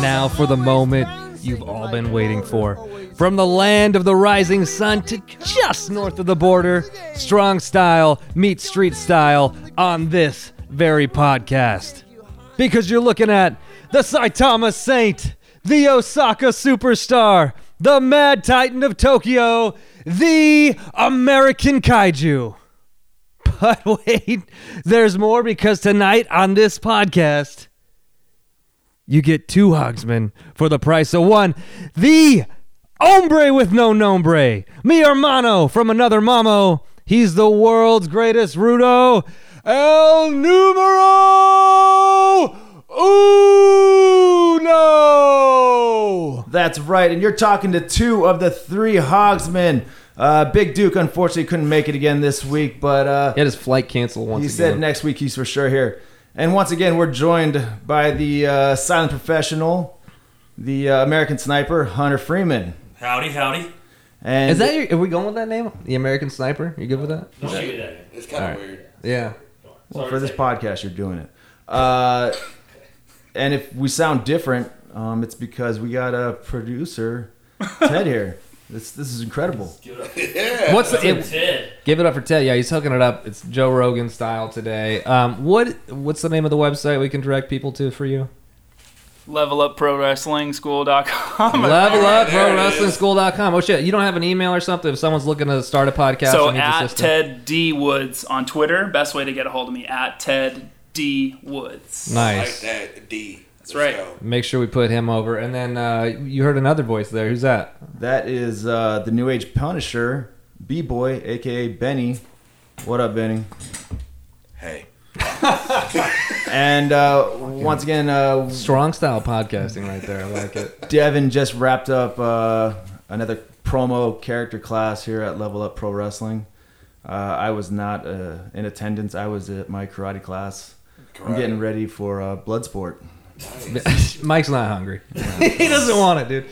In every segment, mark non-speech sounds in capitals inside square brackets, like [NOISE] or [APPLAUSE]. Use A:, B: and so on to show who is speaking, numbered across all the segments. A: now for the moment you've all been waiting for. From the land of the rising sun to just north of the border, strong style meets street style on this very podcast. Because you're looking at the Saitama Saint, the Osaka Superstar, the Mad Titan of Tokyo, the American Kaiju. But [LAUGHS] wait, there's more because tonight on this podcast, you get two Hogsmen for the price of one. The hombre with no nombre, mi hermano from another mamo. He's the world's greatest Rudo, El Numero Uno.
B: That's right, and you're talking to two of the three Hogsmen. Uh, Big Duke unfortunately couldn't make it again this week, but uh,
A: He had his flight canceled once
B: he
A: again.
B: said next week he's for sure here. And once again, we're joined by the uh, silent professional, the uh, American sniper, Hunter Freeman.
C: Howdy, howdy.
B: And
A: Is that your, are we going with that name? The American Sniper? You good with that?
C: Don't shoot it at me.
D: It's kind
A: All
D: of
A: right.
D: weird.
A: Yeah.
B: well, for this podcast, you're doing it. Uh, and if we sound different, um, it's because we got a producer, Ted here. This this is incredible.
D: Yeah.
A: What's the,
C: It's
A: it,
C: Ted.
A: give it up for Ted? Yeah, he's hooking it up. It's Joe Rogan style today. Um, what what's the name of the website we can direct people to for you?
E: Level up pro wrestling school.com.
A: Level up
D: there
A: pro
D: it
A: wrestling
D: is.
A: school.com. Oh shit, you don't have an email or something if someone's looking to start a podcast
E: so
A: and needs
E: at
A: assistance.
E: Ted D Woods on Twitter. Best way to get a hold of me at Ted D Woods.
D: I
A: Nice.
D: Like that D. That's
E: right.
A: Make sure we put him over. And then uh, you heard another voice there. Who's that?
B: That is uh, the New Age Punisher, B Boy, aka Benny. What up, Benny?
D: Hey.
B: And uh, once again, uh,
A: Strong style podcasting right there. I like it.
B: Devin just wrapped up uh, another promo character class here at Level Up Pro Wrestling. Uh, I was not uh, in attendance. I was at my karate class. I'm
D: Karate.
B: getting ready for uh, Bloodsport.
A: [LAUGHS] Mike's not hungry. he doesn't want it, dude.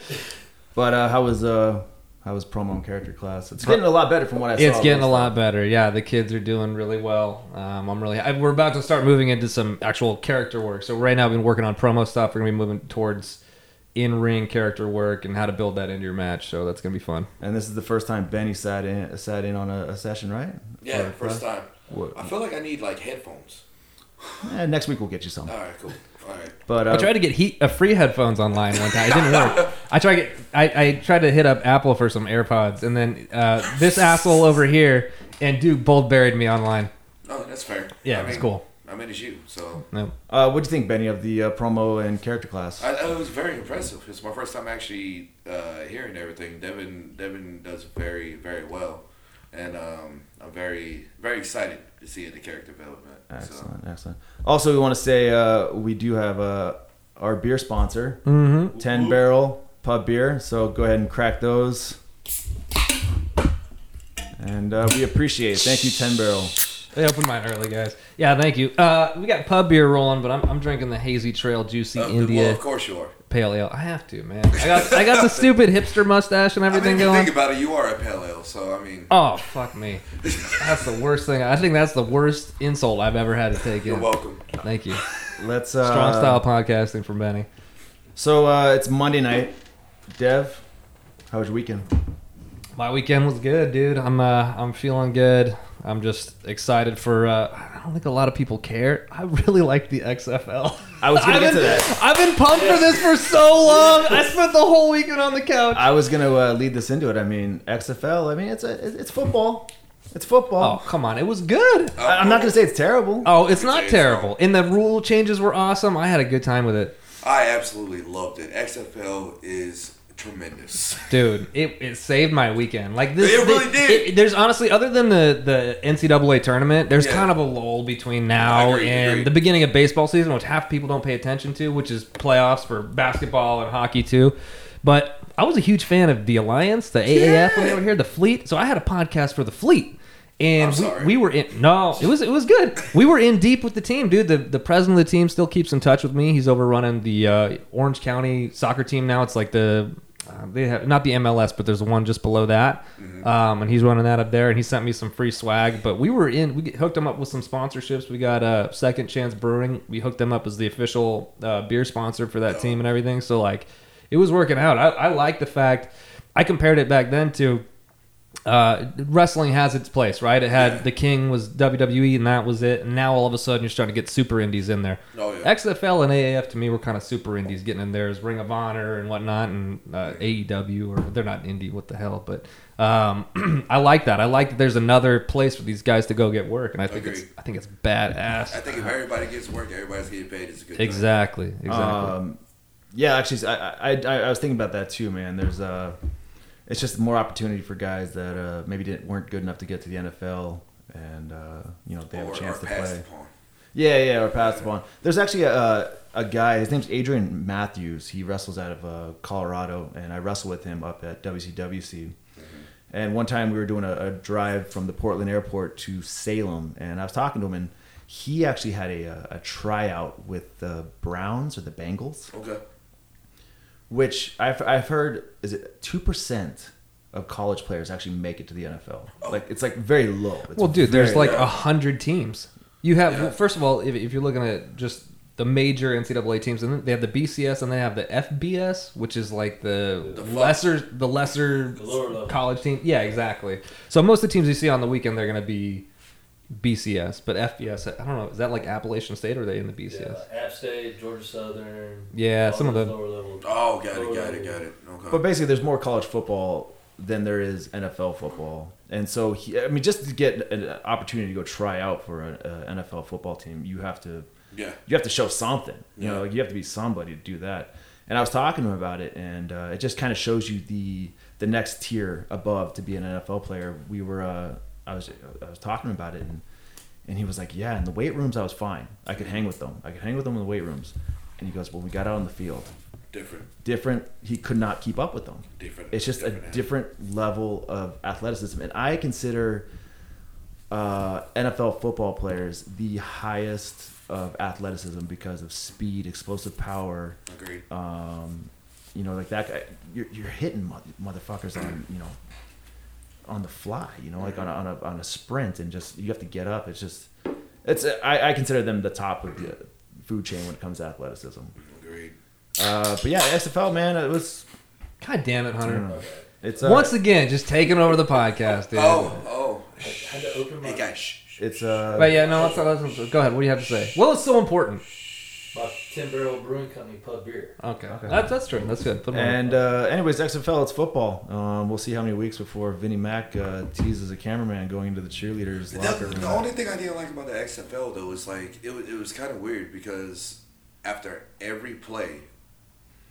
B: But uh, how was uh, how was promo and character class? It's getting a lot better from what I saw.
A: It's getting a
B: last
A: lot better. Yeah, the kids are doing really well. Um, I'm really. I, we're about to start moving into some actual character work. So right now, I've been working on promo stuff. We're gonna be moving towards in-ring character work and how to build that into your match. So that's gonna be fun.
B: time. And this is the first time Benny sat in sat in on a, a session, right?
D: Yeah,
B: For a
D: first
B: class?
D: time.
B: What-
D: I feel like I need like headphones.
B: Eh, next week we'll get you some.
D: All right, cool. All right.
B: But uh,
A: I tried to get heat, uh, free headphones online one time. It didn't work. I tried get, I, I tried to hit up Apple for some AirPods, and then uh, this asshole over here and Duke both buried me online.
D: Oh, that's fair.
A: Yeah,
D: I
A: it was
D: mean,
A: cool.
D: I mean, it's you. So
A: No.
B: uh, what do you think, Benny, of the uh, promo and character class?
D: I, I was very impressive. It's my first time actually uh, hearing everything. Devin Devin does very very well, and um, I'm very very excited to see the character development. So,
B: Excellent, excellent. Also, we want to say uh, we do have uh, our beer sponsor, mm-hmm. Ten Barrel Pub Beer. So go ahead and crack those, and uh, we appreciate it. Thank you, Ten Barrel.
A: They opened mine early, guys. Yeah, thank you. Uh, we got pub beer rolling, but I'm, I'm drinking the Hazy Trail Juicy
D: Uh, well,
A: India
D: of course you are.
A: Pale Ale. I have to, man. I got, I got the stupid hipster mustache and
D: I mean,
A: everything
D: if you
A: going.
D: think about it, you are a pale ale. So I mean,
A: Oh, fuck me. That's the worst thing. I think that's the worst insult I've ever had to take
D: you're
A: in.
D: welcome.
A: Thank you.
B: Let's uh,
A: Strong style podcasting from Benny.
B: So uh, it's Monday night. Dev, how was your weekend?
A: My weekend was good, dude. I'm uh, I'm feeling good. I'm just excited for. Uh, I don't think a lot of people care. I really like the XFL.
B: I was gonna
A: I've
B: get to
A: been-
B: that.
A: I've been pumped for this for so long. I spent the whole weekend on the couch.
B: I was gonna uh, lead this into it. I mean, XFL. I mean, it's a, it's football. It's
A: Oh
B: football.
A: come on, it was good.
B: I, I'm not gonna say it's terrible.
A: Oh, it's not
D: It's-
A: terrible, and the rule changes were awesome. I had a good time with it,
D: I absolutely loved it. XFL is tremendous.
A: dude. It, it saved my weekend. Like this,
D: It really
A: thi-
D: did.
A: it- there's honestly, other than the the NCAA tournament, there's
D: Yeah.
A: kind of a lull between now
D: I agree,
A: and
D: agree.
A: the beginning of baseball season, which half people don't pay attention to, which is playoffs for basketball and hockey too. But I was a huge fan of the Alliance, the AAF when they were here, the Fleet. So I had a podcast for the Fleet. And
D: I'm
A: we,
D: sorry.
A: we were in no, it was it was good. We were in deep with the team, dude. The the president of the team still keeps in touch with me. He's over running the uh, Orange County soccer team now. It's like the uh, they have not the MLS, but there's one just below that, um, and he's running that up there. And he sent me some free swag. But we were in, we hooked him up with some sponsorships. We got uh, Second Chance Brewing. We hooked them up as the official uh, beer sponsor for that team and everything. So like, it was working out. I, I like the fact. I compared it back then to uh, wrestling has its place, right? It had the King was WWE, and that was it. And now all of a sudden, you're starting to get super indies in there.
D: Oh, yeah.
A: XFL and AAF to me were kind of super indies getting in there as Ring of Honor and whatnot, and uh, AEW or they're not indie, what the hell? But um, [CLEARS THROAT] I like that. I like that there's another place for these guys to go get work, and I think it's
D: Agreed.
A: I think it's badass.
D: I think if everybody gets work, everybody's getting paid. It's a good thing.
A: exactly, exactly.
B: Um, yeah, actually, I, I, I, I was thinking about that too, man. There's uh, it's just more opportunity for guys that uh, maybe didn't weren't good enough to get to the NFL, and uh, you know they have
D: Or,
B: a
D: or
B: chance to
D: passed
B: play.
D: upon.
B: Yeah, yeah, or passed upon. There's actually a a guy. His name's Adrian Matthews. He wrestles out of uh, Colorado, and I wrestle with him up at WCWC. And one time we were doing a, a drive from the Portland airport to Salem, and I was talking to him, and he actually had a, a, a tryout with the Browns or the Bengals
D: Okay.
B: which I've, I've heard is it two percent of college players actually make it to the NFL. Like it's like very low. It's
A: Oh. Well, dude, there's
B: very
A: like a hundred teams. You have well, first of all, if, if you're looking at just the major NCAA teams, and they have the BCS and they have the FBS, which is like the,
D: The fu-
A: lesser, the lesser
C: lower level.
A: college team. Yeah, exactly. So most of the teams you see on the weekend, they're going to be BCS, but FBS. I don't know. Is that like Appalachian State? Or are they in the BCS?
C: Yeah, App State, Georgia Southern.
A: Yeah,
C: all
A: some of
C: those
A: the-
C: lower level.
D: Oh, got
C: lower
D: it, got it,
C: level.
D: got it. Okay.
B: But basically, there's more college football than there is NFL football, and so he, I mean, just to get an opportunity to go try out for an NFL football team, you have to
D: yeah.
B: you have to show something. You
D: Yeah.
B: know, like you have to be somebody to do that. And I was talking to him about it, and uh, it just kind of shows you the the next tier above to be an NFL player. We were, uh, I was, I was talking about it, and and he was like, "Yeah, in the weight rooms, I was fine. I could hang with them. I could hang with them in the weight rooms." And he goes, "Well, we got out on the field.
D: Different.
B: Different. He could not keep up with them.
D: Different.
B: It's just a
D: animal.
B: different level of athleticism, and I consider." uh, NFL football players the highest of athleticism because of speed, explosive power.
D: Agreed.
B: Um, you know, like that guy, you're, you're hitting mo- motherfuckers on you know on the fly. You know, like on a, on a on a sprint, and just you have to get up. It's just it's uh, I, I consider them the top of the food chain when it comes to athleticism.
D: Agreed.
B: Uh, but yeah, SFL man, it was
A: God damn it,
B: I
A: Hunter!
B: don't know. it's uh,
A: Once again, just taking over the podcast, dude.
D: Oh, oh.
C: Had to open my,
D: Hey, guys. shh, shh.
B: it's uh,
A: But yeah, no, let's, let's- go ahead. What do you have to say? Well, it's so important.
C: my Ten Barrel Brewing Company pub beer.
A: Okay, That's, that's true. That's good. Put 'em on.
B: And uh, anyways, XFL, it's football. Um, we'll see how many weeks before Vinnie Mac uh, teases a cameraman going into the cheerleaders' locker
D: The, the
B: room.
D: only thing I didn't like about the XFL though is like it, wa- it was kind of weird because after every play,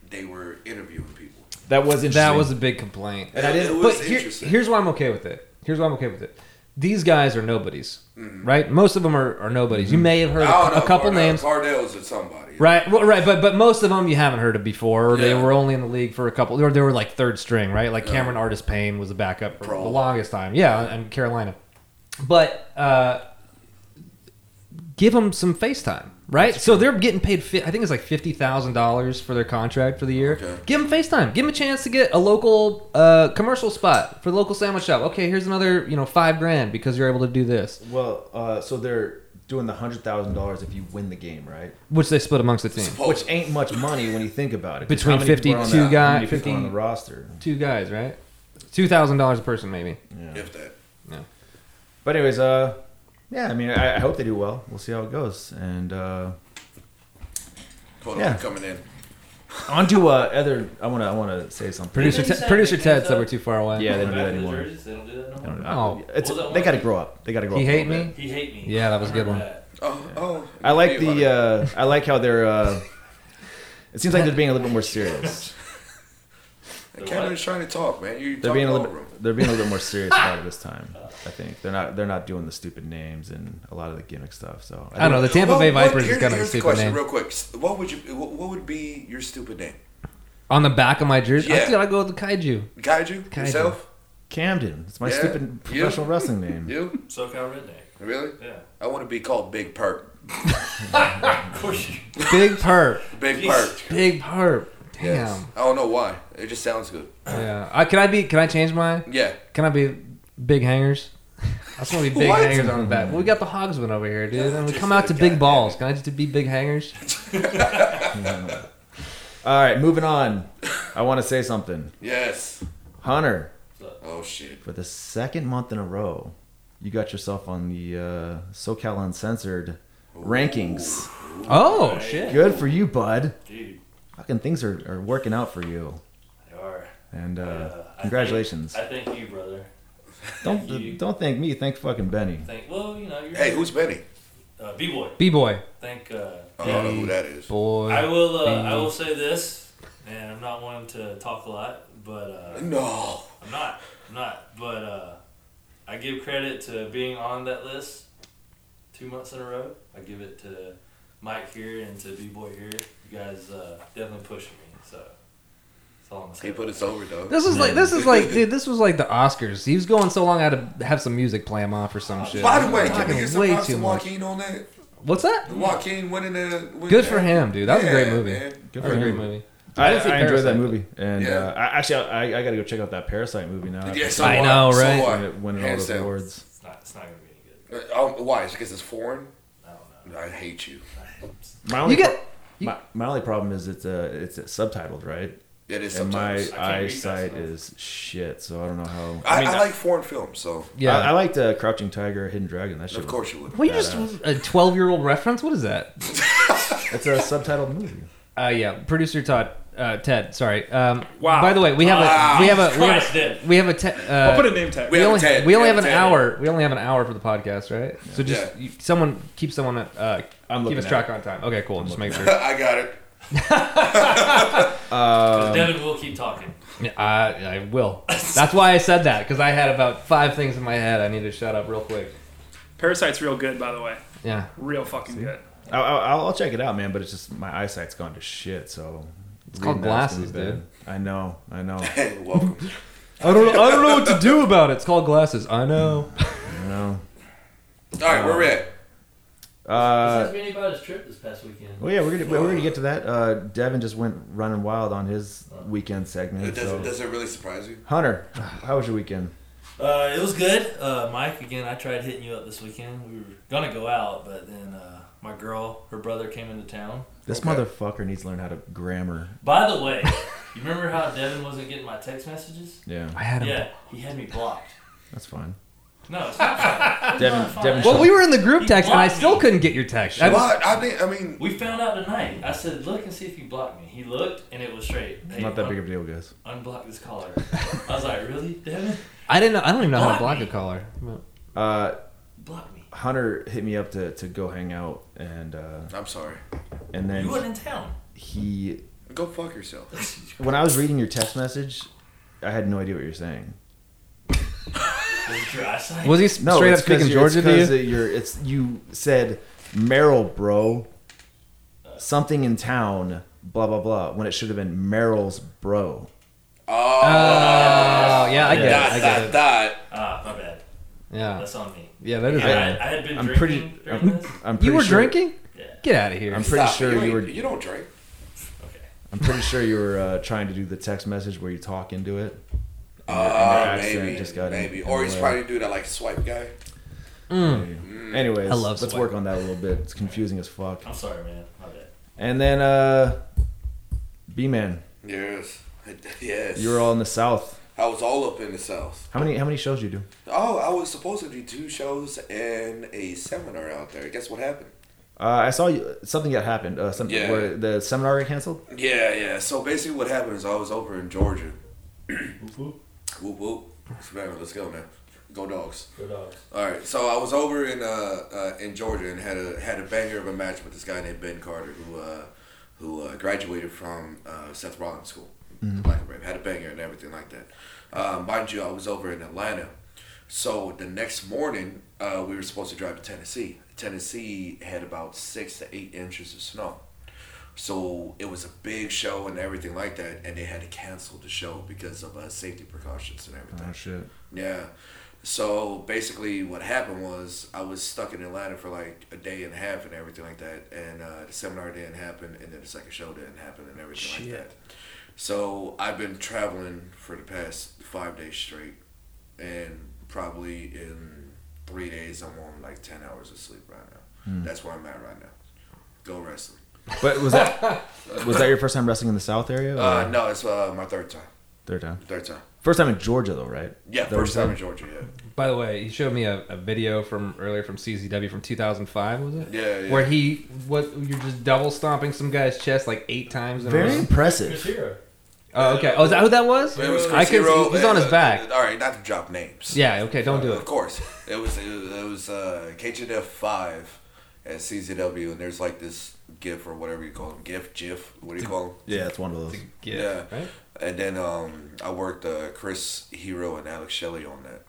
D: they were interviewing people.
B: That was
A: That was a big complaint.
B: And I didn't-
D: It
A: But
D: was
A: here,
D: interesting.
A: here's why I'm okay with it. Here's why I'm okay with it. These guys are nobodies, right? Most of them are, are nobodies. You may have heard
D: Mm-hmm. I don't
A: a,
D: know,
A: a couple
D: Cardell-
A: names,
D: Cardell's or somebody.
A: right? Well, right, but but most of them you haven't heard of before, or they
D: Yeah.
A: were only in the league for a couple, or they were like third string, right? Like Cameron Artist Payne was a backup for
D: Pro.
A: the longest time, yeah, and Carolina. But uh, give them some face time, right? So they're getting paid. Fi- I think it's like fifty thousand dollars for their contract for the year.
D: Okay.
A: Give them FaceTime. Give them a chance to get a local uh, commercial spot for the local sandwich shop. Okay, here's another you know five grand because you're able to do this,
B: well, uh, so they're doing the hundred thousand dollars if you win the game, right?
A: which they split amongst the team.
D: Oh.
B: Which ain't much money when you think about it. 'cause
A: Between
B: how many people are on
A: 52
B: the- how
A: guy-
B: many people are on
A: 50
B: the roster.
A: Two guys, right? Two thousand dollars a person, maybe.
B: Yeah.
D: If that.
B: But anyways, uh, yeah, I mean, I, I hope they do well. We'll see how it goes. And uh,
D: Hold
B: Yeah.
D: on, coming in.
B: on to uh, other. I wanna I wanna say something.
A: Producer,
C: Didn't
A: Te-
C: they say
A: producer
C: they
A: Ted
C: can't
A: said
C: sell-
A: we're too far away.
B: Yeah, they don't do
C: Back
B: that
C: of the
B: anymore.
C: jerseys, They don't do that no more.
B: I don't know.
A: Oh.
B: It's,
C: What was that
B: they
C: one?
B: got to grow up. They got to grow
A: He
B: up. a
A: hate
B: little bit.
A: me.
C: He hate me.
A: Yeah, that was a good
C: I
A: one.
C: heard that.
D: Oh, oh.
B: I like
D: Hey, buddy.
B: the. Uh, I like how they're. Uh, it seems like they're being a little bit more serious.
A: uh,
D: Cameron's trying to talk, man. You
B: They're
D: talking
B: being a
D: over
B: little.
D: him.
B: Bit, they're being a little more serious about it this time. I think they're not. They're not doing the stupid names and a lot of the gimmick stuff. So
A: I don't know. The Tampa
D: Well,
A: Bay
D: what-
A: Vipers
D: here-
A: is kind of a
D: here's the
A: stupid
D: question,
A: name.
D: real quick. What would you? What, what would be your stupid name?
A: On the back of my jersey, I
D: Yeah.
A: think I go with the kaiju.
D: Kaiju,
A: Kaiju.
D: yourself,
B: Camden. It's my
D: Yeah,
B: stupid
D: you.
B: professional wrestling name.
D: you.
C: SoCal redneck.
D: Really?
C: Yeah.
D: I want to be called Big Perp.
C: Of course you.
A: Big perp.
D: Big
C: Jesus.
D: Perp.
A: Big perp.
D: Yes. I don't know why. It just sounds good.
A: Yeah. Uh, can I be? Can I change my?
D: Yeah.
A: Can I be big hangers? I just want to be big
D: What?
A: hangers on the back. Well, we got the Hogsman over here, dude. And we
D: Just
A: come out to
D: like,
A: big
D: God
A: balls. Can I just be big hangers?
B: All right, moving on. I want to say something.
D: Yes.
B: Hunter,
D: Oh shit.
B: for the second month in a row, you got yourself on the uh, SoCal Uncensored rankings.
A: Oh shit!
B: Good for you, bud.
C: Dude,
B: Fucking things are, are working out for you.
C: they are.
B: And uh,
C: Uh, I
B: congratulations.
C: I thank you, brother.
B: don't
C: you.
B: don't thank me. Thank fucking Benny.
C: Thank. Well, you know, you're.
D: Hey, who's Benny?
C: uh, B boy.
A: B boy,
C: Thank. Uh,
D: I don't know who that is.
A: boy.
C: I will. Uh, I will say this, and I'm not one to talk a lot, but uh,
D: No.
C: I'm not. I'm not. But uh, I give credit to being on that list two months in a row. I give it to Mike here and to B boy here. You guys uh, definitely pushing me, so that's all I'm
D: He
C: saying.
D: put us over though.
A: This is like this is
D: [LAUGHS]
A: like dude. This was like the Oscars. He was going so long. I had to have some music play him off or some shit.
D: By the way,
A: Fucking
D: can we get some
A: way
D: props
A: too
D: to
A: much.
D: Joaquin on that?
A: What's that?
D: Joaquin winning the. Winning
A: Good for
D: that?
A: him, dude. That was a great
D: Yeah,
A: movie.
D: man.
A: That was a great movie.
B: I,
A: didn't see
B: I enjoyed
A: Parasite,
B: that
A: but-
B: movie, and
D: Yeah.
B: uh, I, actually, I, I got to go check out that Parasite movie now.
D: Yeah, so
A: I
D: what?
A: know,
D: So
A: right?
B: When
D: what?
B: it winning all
D: Hands
B: those
D: down.
B: awards.
C: It's not. It's not gonna be any good.
D: Uh, Um, why? Is it because it's foreign?
C: I don't
D: I hate you.
C: know.
B: My only,
A: You
B: pro-
A: get-
B: my, my only problem is it's uh, it's subtitled, right?
D: It is
B: And my
D: sometimes.
C: I can't read
B: eyesight
C: that stuff.
B: is shit, so I don't know how.
D: I, I,
B: mean,
D: like foreign films, so
A: Yeah.
B: I, I liked uh, Crouching Tiger, Hidden Dragon. That shit.
D: of
B: was-
D: course you would.
A: well, you just a twelve-year-old reference. What is that?
B: [LAUGHS] it's a subtitled movie.
A: Uh, yeah, producer Todd, uh, Ted. Sorry. Um,
E: Wow.
A: By the way, we have
D: Wow.
A: a we have a we have
C: Christ,
A: a,
C: Ted.
A: we have a te- uh,
E: I'll put a name tag.
A: we
D: have a
A: only,
D: Ted.
A: we only have
D: We have
A: an
D: a Ted.
A: hour. We only have an hour for the podcast, right? So just
D: Yeah.
A: you, someone keep someone uh,
B: I'm
A: keep
B: looking
A: us
B: at
A: track on time. Okay, cool. just make sure.
D: [LAUGHS] I got it.
C: Because Devin will keep talking.
A: Yeah, I, I will. That's why I said that because I had about five things in my head. I need to shut up real quick.
E: Parasite's real good, by the way.
A: Yeah.
E: Real fucking good.
B: I'll, I'll, I'll check it out, man. But it's just my eyesight's gone to shit. So it's
A: called glasses, dude.
B: I know, I know,
D: Welcome.
A: I don't know. I don't know what to do about it. It's called glasses. I know.
B: I
D: [LAUGHS]
B: know.
D: All right, where we
B: Um,
D: at?
B: Uh,
C: this is me about his trip this past weekend.
B: well, yeah, we're gonna we're gonna get to that. Uh, Devin just went running wild on his weekend segment.
D: Does,
B: So.
D: it does it really surprise you?
B: Hunter, how was your weekend?
C: Uh, it was good. Uh, Mike, again, I tried hitting you up this weekend. We were gonna go out, but then uh, my girl, her brother, came into town.
B: This
D: Okay.
B: motherfucker needs to learn how to grammar.
C: By the way, you remember how Devin wasn't getting my text messages?
B: Yeah,
A: I had him.
C: Yeah, he had me blocked.
B: that's fine.
C: No,
A: [LAUGHS]
C: it's not. fine. It's
B: Devin-
C: not fine.
B: Devin-
A: Well, we were in the group
C: He
A: text, and I
C: blocked
A: still
C: me.
A: couldn't get your text. I-
D: Well, I, I think I mean
C: we found out tonight. I said, look and see if you blocked me. He looked, and it was straight. Hey,
B: Not that big of a deal, guys.
C: un- Unblock this caller. I was like, really, Devin?
A: I didn't know. I don't even know how to
C: Block
A: block a caller.
B: Uh,
C: Block me.
B: Hunter hit me up to, to go hang out, and uh,
D: I'm sorry.
B: and
C: You
B: then
C: weren't in town. [LAUGHS]
B: he
D: Go fuck yourself.
B: when I was reading your text message, I had no idea what you were saying.
C: Was your eyesight?
A: Was he s-
B: No,
A: straight up
B: it's 'cause
A: speaking
B: you're- it's
A: Georgia to
B: 'cause
A: you?
B: that You're, it's you said Merrill, bro. Something in town, blah blah blah. When it should have been Merrill's bro. Uh,
D: Oh,
A: Oh, yeah, I get
D: dot,
A: it. I
D: dot,
A: get it.
D: dot.
C: Ah, my bad.
A: Yeah,
C: That's on me.
A: yeah, that is.
C: I,
A: right.
C: I had been
B: I'm
C: drinking
B: pretty.
C: during
B: I'm,
C: this.
B: I'm pretty
A: You were
B: sure,
A: drinking?
C: Yeah.
A: Get out of here.
B: I'm pretty
D: Stop.
B: sure you
D: ain't-
B: were-
D: You don't drink.
C: Okay.
B: I'm pretty sure you were uh, trying to do the text message where you talk into it.
D: Oh,
B: accent
D: maybe,
B: just got in-
D: maybe.
B: in
D: Or
B: the
D: he's
B: way.
D: probably do that like swipe guy.
B: Anyways,
A: I love
B: let's
A: sweat.
B: work on that a little bit. It's confusing as fuck.
C: I'm sorry, man. My bad.
B: And then uh, B man,
D: Yes, [LAUGHS] yes.
B: you were all in the south.
D: I was all up in the south.
B: How many how many shows you do?
D: Oh, I was supposed to do two shows and a seminar out there. Guess what happened?
B: Uh, I saw you, something that happened. Uh, something
D: Yeah.
B: where the seminar got canceled.
D: Yeah, yeah. So basically, what happened is I was over in Georgia. Whoop whoop. Savannah, let's go now. Go dogs.
C: Go dogs.
D: All right, so I was over in uh, uh, in Georgia and had a had a banger of a match with this guy named Ben Carter who uh, who uh, graduated from uh, Seth Rollins School, Black and Brave. Had a banger and everything like that. Um, mind you, I was over in Atlanta, so the next morning uh, we were supposed to drive to Tennessee. Tennessee had about six to eight inches of snow, so it was a big show and everything like that, and they had to cancel the show because of uh, safety precautions and everything.
B: Oh, shit!
D: Yeah. So basically, what happened was I was stuck in Atlanta for like a day and a half and everything like that, and uh, the seminar didn't happen, and then the second show didn't happen, and everything like that. So I've been traveling for the past five days straight, and probably in three days I'm on like ten hours of sleep right now.
A: Hmm.
D: That's where I'm at right now. Go wrestling.
B: But was that was that your first time wrestling in the South area? or
D: Uh, no, it's uh, my third time.
B: third time.
D: Third time.
B: First time in Georgia though, right?
D: Yeah,
B: Third
D: first time in Georgia. Yeah.
A: By the way, he showed me a, a video from earlier from CZW from 2005, was it?
D: Yeah, yeah.
A: Where he what you're just double stomping some guy's chest like eight times. In A
B: Very
A: row.
C: Chris
B: impressive.
C: Hero.
A: Oh, okay. Oh, is that who that was?
D: It was
A: I
D: Chris
A: could.
D: Hero.
A: He's on his
D: Uh,
A: back.
D: All right, not to drop names.
A: Yeah. Okay. Don't do
D: Of
A: it.
D: course. It was it was, it was uh, KGNF five at CZW, and there's like this GIF or whatever you call them, GIF, GIF, what do you call them?
B: Yeah, it's one of those.
D: Yeah.
A: Right.
D: And then um, I worked uh, Chris Hero and Alex Shelley on that.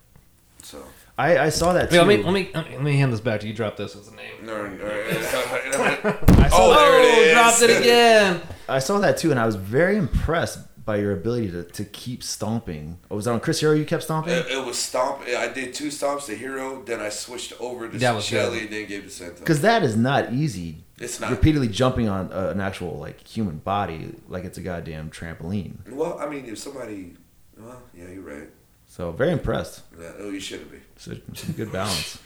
D: So
B: I, I saw that too.
A: Wait, let me let me let me hand this back to you. Drop this as a name.
D: no, no, oh,
A: [LAUGHS]
B: I saw that-
D: there it is.
A: dropped it again.
B: I saw that too, and I was very impressed by your ability to, to keep stomping. Oh, was that on Chris Hero? You kept stomping.
D: [LAUGHS] It, it was stomp. I did two stomps to Hero, then I switched over to
A: That was
D: Shelley,
A: good.
D: and then gave it to Santos.
B: Because that is not easy.
D: It's not.
B: repeatedly jumping on uh, an actual like human body like it's a goddamn trampoline.
D: Well, I mean, if somebody, well, yeah, you're right.
B: So very impressed.
D: Yeah, oh, you should be.
B: It's a, it's a good
D: [LAUGHS]
B: balance.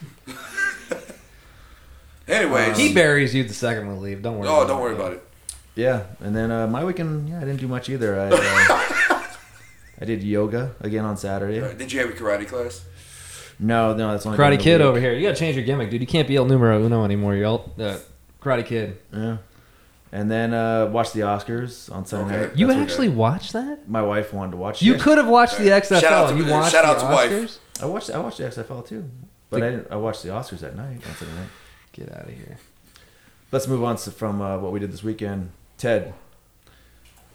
D: Anyways,
A: He buries you the second we leave. Don't worry.
D: oh, don't worry about it.
B: yeah, and then uh, my weekend, yeah, I didn't do much either. I, uh,
D: [LAUGHS]
B: I did yoga again on Saturday.
D: Did you have a karate class?
B: No, no, that's only during
A: Karate
B: the
A: Kid
B: week.
A: over here. You gotta change your gimmick, dude. You can't be El Numero Uno anymore. You're El uh, Karate Kid.
B: Yeah, and then uh, watched the Oscars on Sunday.
D: Okay.
B: night.
A: You
D: That's okay.
A: actually watched that?
B: My wife wanted to watch.
A: You
B: it.
A: could have watched the XFL.
D: Shout out to-
A: you watched
D: shout out
A: the
D: to wife.
A: Oscars?
B: I watched. I watched the XFL too, but I didn't. I watched the Oscars that night on Sunday night.
A: Get out of here.
B: Let's move on to, from uh, what we did this weekend. Ted,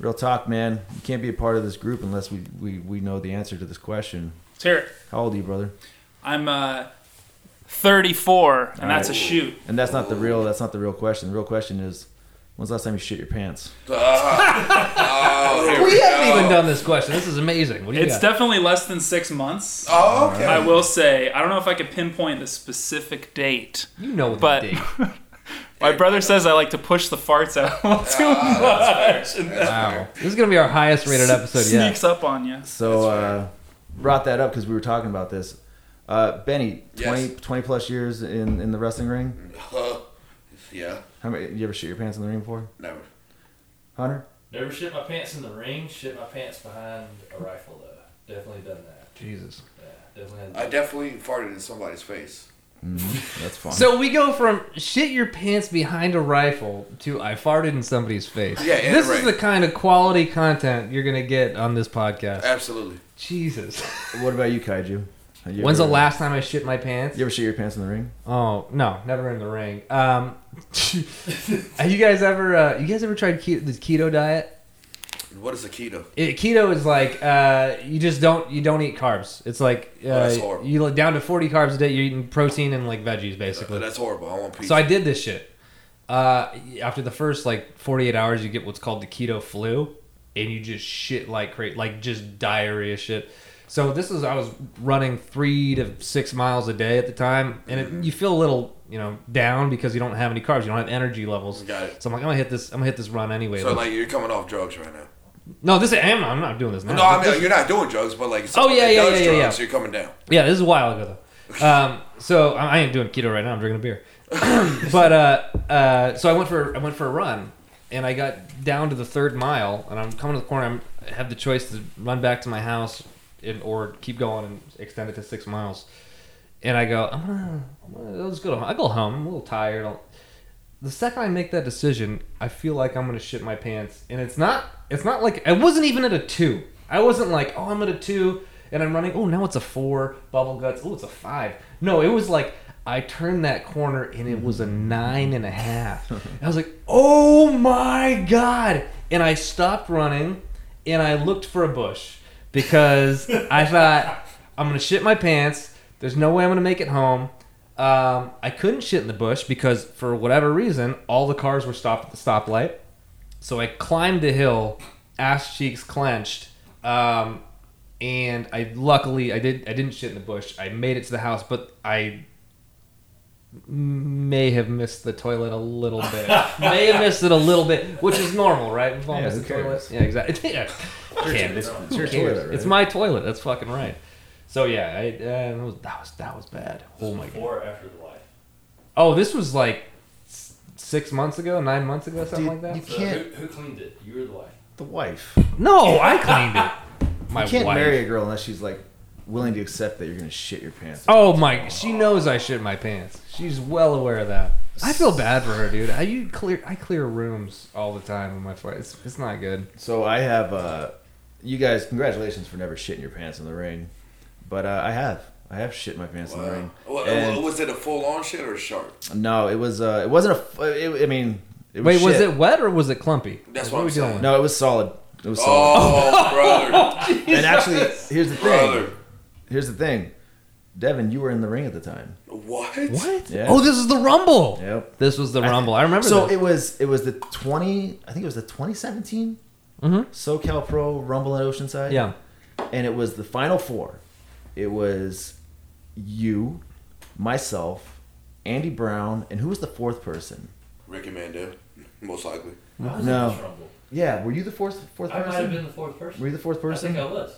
B: real talk, man. You can't be a part of this group unless we, we, we know the answer to this question.
E: Let's hear it.
B: How old are you, brother?
E: I'm uh, 34, and that's a shoot.
B: And that's not the real. That's not the real question. The real question is, when's the last time you shit your pants?
D: [LAUGHS] Oh, here
A: We
D: we
A: haven't
D: go.
A: even done this question. This is amazing. What do you
E: It's
A: got?
E: definitely less than six months.
D: Oh, okay.
E: I will say, I don't know if I could pinpoint the specific date.
A: you know what
E: but-
A: the date.
E: [LAUGHS] My brother says I like to push the farts out [LAUGHS] a
A: Ah,
E: little too much. and that
A: Wow. This is gonna be our highest rated episode yet.
E: sneaks up on you.
B: So uh, brought that up because we were talking about this. Uh, Benny, 20,
D: Yes.
B: 20 plus years in, in the wrestling ring.
D: Huh. yeah,
B: How many? You ever shit your pants in the ring before,
D: never.
B: Hunter?
C: Never shit my pants in the ring. Shit my pants behind a rifle though. Definitely done that.
A: Jesus.
C: Yeah, definitely.
D: I
C: Had
D: definitely farted in somebody's face.
B: That's fun.
A: Mm-hmm. So we go from shit your pants behind a rifle to I farted in somebody's face.
D: Yeah, in
A: this
D: the
A: is
D: ring.
A: the kind of quality content you're gonna get on this podcast.
D: Absolutely.
A: Jesus. [LAUGHS]
B: what about you, Kaiju? Have you
A: When's the
B: ever-
A: last time I shit my pants?
B: You ever shit your pants in the ring?
A: Oh no, never in the ring. Um, [LAUGHS] have you guys ever? Uh, you guys ever tried keto, the keto diet?
D: What is a keto?
A: It, keto is like uh, you just don't you don't eat carbs. It's like uh,
D: Oh, that's horrible.
A: you look down to forty carbs a day. You're eating protein and like veggies
D: Uh,
A: basically.
D: That's horrible. I want pizza.
A: So I did this shit. Uh, after the first like 48 hours, you get what's called the keto flu, and you just shit like crazy, like just diarrhea shit. So this is I was running three to six miles a day at the time, and
D: Mm-hmm.
A: it, you feel a little you know down because you don't have any carbs, you don't have energy levels.
D: Got it.
A: So I'm like, I'm gonna hit this, I'm gonna hit this run anyway.
D: so like you're coming off drugs right now.
A: no, this I'm not, I'm not doing this now.
D: No, I
A: This-
D: mean you're not doing drugs, but
A: Oh,
D: like
A: yeah,
D: somebody
A: yeah,
D: does
A: yeah, yeah,
D: drugs,
A: yeah.
D: You're coming down.
A: Yeah, this is a while ago though. Um, so I I ain't doing keto right now. I'm drinking a beer. [COUGHS] but uh, uh, so I went for I went for a run, and I got down to the third mile, and I'm coming to the corner. I'm, I have the choice to run back to my house, and or keep going and extend it to six miles. And I go, I'm gonna, I'm gonna let's go. To, I go home. I'm a little tired. I'll, the second I make that decision, I feel like I'm gonna shit my pants, and it's not. It's not like I wasn't even at a two. I wasn't like, oh, I'm at a two, and I'm running. Oh, now it's a four. Bubble guts. Oh, it's a five. No, it was like I turned that corner and it was a nine and a half. I was like, oh my god! And I stopped running, and I looked for a bush because I thought I'm gonna shit my pants. There's no way I'm gonna make it home. Um, I couldn't shit in the bush because for whatever reason, all the cars were stopped at the stoplight. So I climbed the hill, ass cheeks clenched, um, and I luckily I did I didn't shit in the bush. I made it to the house, but I may have missed the toilet a little
B: [LAUGHS]
A: bit. may have missed it a little bit, which is normal, right? We've all
B: Yeah,
A: missed
B: who
A: the toilet.
B: cares?
A: Yeah, [LAUGHS] exactly. Yeah. Can't, it's,
B: It's your
A: who cares?
B: toilet, right?
A: It's my toilet. That's fucking right. So yeah, I, uh, that was that was that was bad. Oh my god.
C: Before or after the wife?
A: Oh, this was like s- six months ago, nine months ago, something
B: Dude,
A: like that.
B: you
C: So
B: can't.
C: Who, who cleaned it? You or the wife?
B: The wife.
A: No, I cleaned it. My
B: you can't
A: wife.
B: marry a girl unless she's like willing to accept that you're gonna shit your pants.
A: Oh my! She knows I shit my pants. She's well aware of that. I feel bad for her, dude. I you clear I clear rooms all the time with my flight. It's, it's not good.
B: So I have. Uh, you guys, congratulations for never shitting your pants in the rain, but uh, I have. I have shit my pants in the rain.
D: Wow. Wa-
B: And-
D: wa- was it a full on shit or a sharp?
B: no, it was. Uh, it wasn't a. f- It, I mean, it was
A: Wait, was
B: shit.
A: it wet or was it clumpy?
D: That's
A: What
D: what
A: are
D: I'm
A: we dealing
D: saying.
A: with?
B: No, it was solid. It was solid.
D: Oh, brother,
B: and actually, here's the thing.
D: brother,
B: Here's the thing, Devin, you were in the ring at the time.
D: what?
A: What?
B: Yeah.
A: Oh, this is the rumble.
B: Yep.
A: This was the rumble. I remember.
B: So
A: this.
B: it was it was the twenty I think it was the twenty seventeen
A: Mhm.
B: SoCal Pro Rumble in Oceanside.
A: yeah.
B: And it was the final four. It was you, myself, Andy Brown, and who was the fourth person?
D: Ricky Mandel, most likely.
C: I was
B: No.
C: in this rumble.
B: Yeah, were you the fourth fourth
C: I might have
B: person?
C: been the fourth person.
B: Were you the fourth person?
C: I think I was.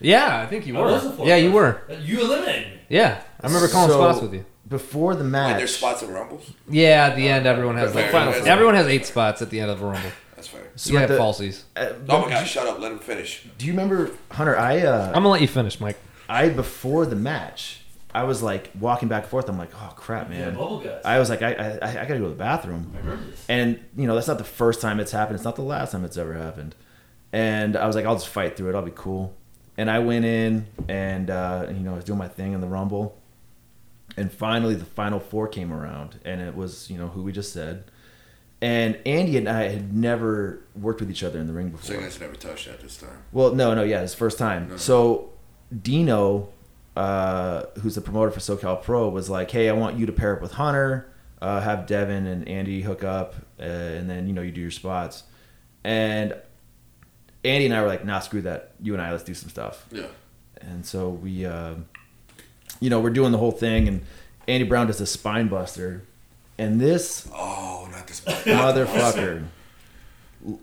A: Yeah, I think you
D: Oh,
C: I
A: were.
C: was the fourth
A: yeah, you
C: person.
A: were.
C: You eliminated me.
A: Yeah, I remember calling
B: So,
A: spots with you.
B: Before the
D: Wait,
B: match.
D: there's spots in Rumbles.
A: Yeah, at the end, everyone has like
D: Fair,
A: final.
D: fair.
A: Everyone has eight spots at the end of the rumble.
D: That's fair.
A: So you
B: at
A: have
B: the-
A: falsies.
B: Uh,
D: Oh my God! Shut up. Let him finish.
B: Do you remember Hunter? I uh,
A: I'm gonna let you finish, Mike.
B: I before the match, I was like walking back and forth. I'm like, oh crap,
C: Yeah,
B: man.
C: bubble guts. I
B: I was like, I, I, I gotta go to the bathroom.
C: remember this.
B: And you know, that's not the first time it's happened. It's not the last time it's ever happened. And I was like, I'll just fight through it. I'll be cool. And I went in and uh, you know, I was doing my thing in the rumble. And finally, the final four came around, and it was you know who we just said. And Andy and I had never worked with each other in the ring
D: So
B: before.
D: you guys never touched that this time.
B: Well, no, no, yeah, it's first time. So Dino, uh, who's the promoter for SoCal Pro, was like, "Hey, I want you to pair up with Hunter, uh, have Devin and Andy hook up, uh, and then you know you do your spots." And Andy and I were like, "Nah, screw that. You and I, let's do some stuff."
D: Yeah.
B: And so we, uh, you know, we're doing the whole thing, and Andy Brown does a spine buster, and this
D: [LAUGHS] Oh,
A: [LAUGHS]
D: not this not the monster.
B: motherfucker,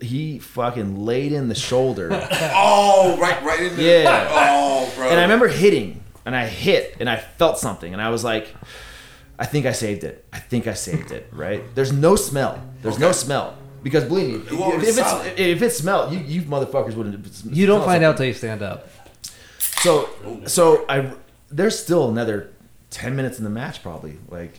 B: he fucking laid in the shoulder.
D: Oh, right, right in there.
B: Yeah.
D: Oh, bro.
B: And I remember hitting, and I hit, and I felt something, and I was like, I think I saved it. I think I saved it. Right? There's no smell. There's no smell because believe me,
D: Well,
B: if,
D: it's
B: if it's
D: solid.
B: if it smelled, you you motherfuckers wouldn't. sm-
A: You don't
B: smell
A: find
B: something.
A: out till you stand up.
B: So
D: Oh.
B: so I there's still another ten minutes in the match probably. Like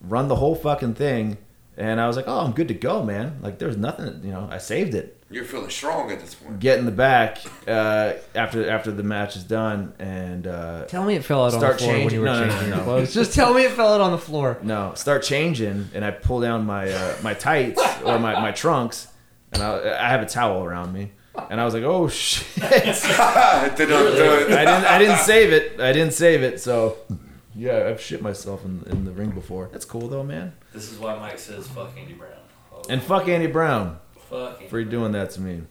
B: run the whole fucking thing, and I was like, oh, I'm good to go, man. Like there's nothing, you know, I saved it
D: You're feeling strong at this
A: [LAUGHS]
D: point.
B: get in the back uh, after after the match is done and uh,
A: Tell me it fell out on the
B: Start
A: floor when you
B: changing-
A: were
B: no, no, no,
A: changing your
B: no.
A: clothes. [LAUGHS] Just tell me it fell out on the floor.
B: no start changing and I pull down my uh, my tights or my, my trunks and I, I have a towel around me and I was like oh [LAUGHS] shit I
D: Ah, did not do it.
B: didn't I didn't save it I didn't save it so yeah I've shit myself in, in the ring before that's cool though man
C: This is why Mike says fuck Andy Brown. Oh,
B: and fuck Andy Brown
C: fuck Andy
B: for doing that to me.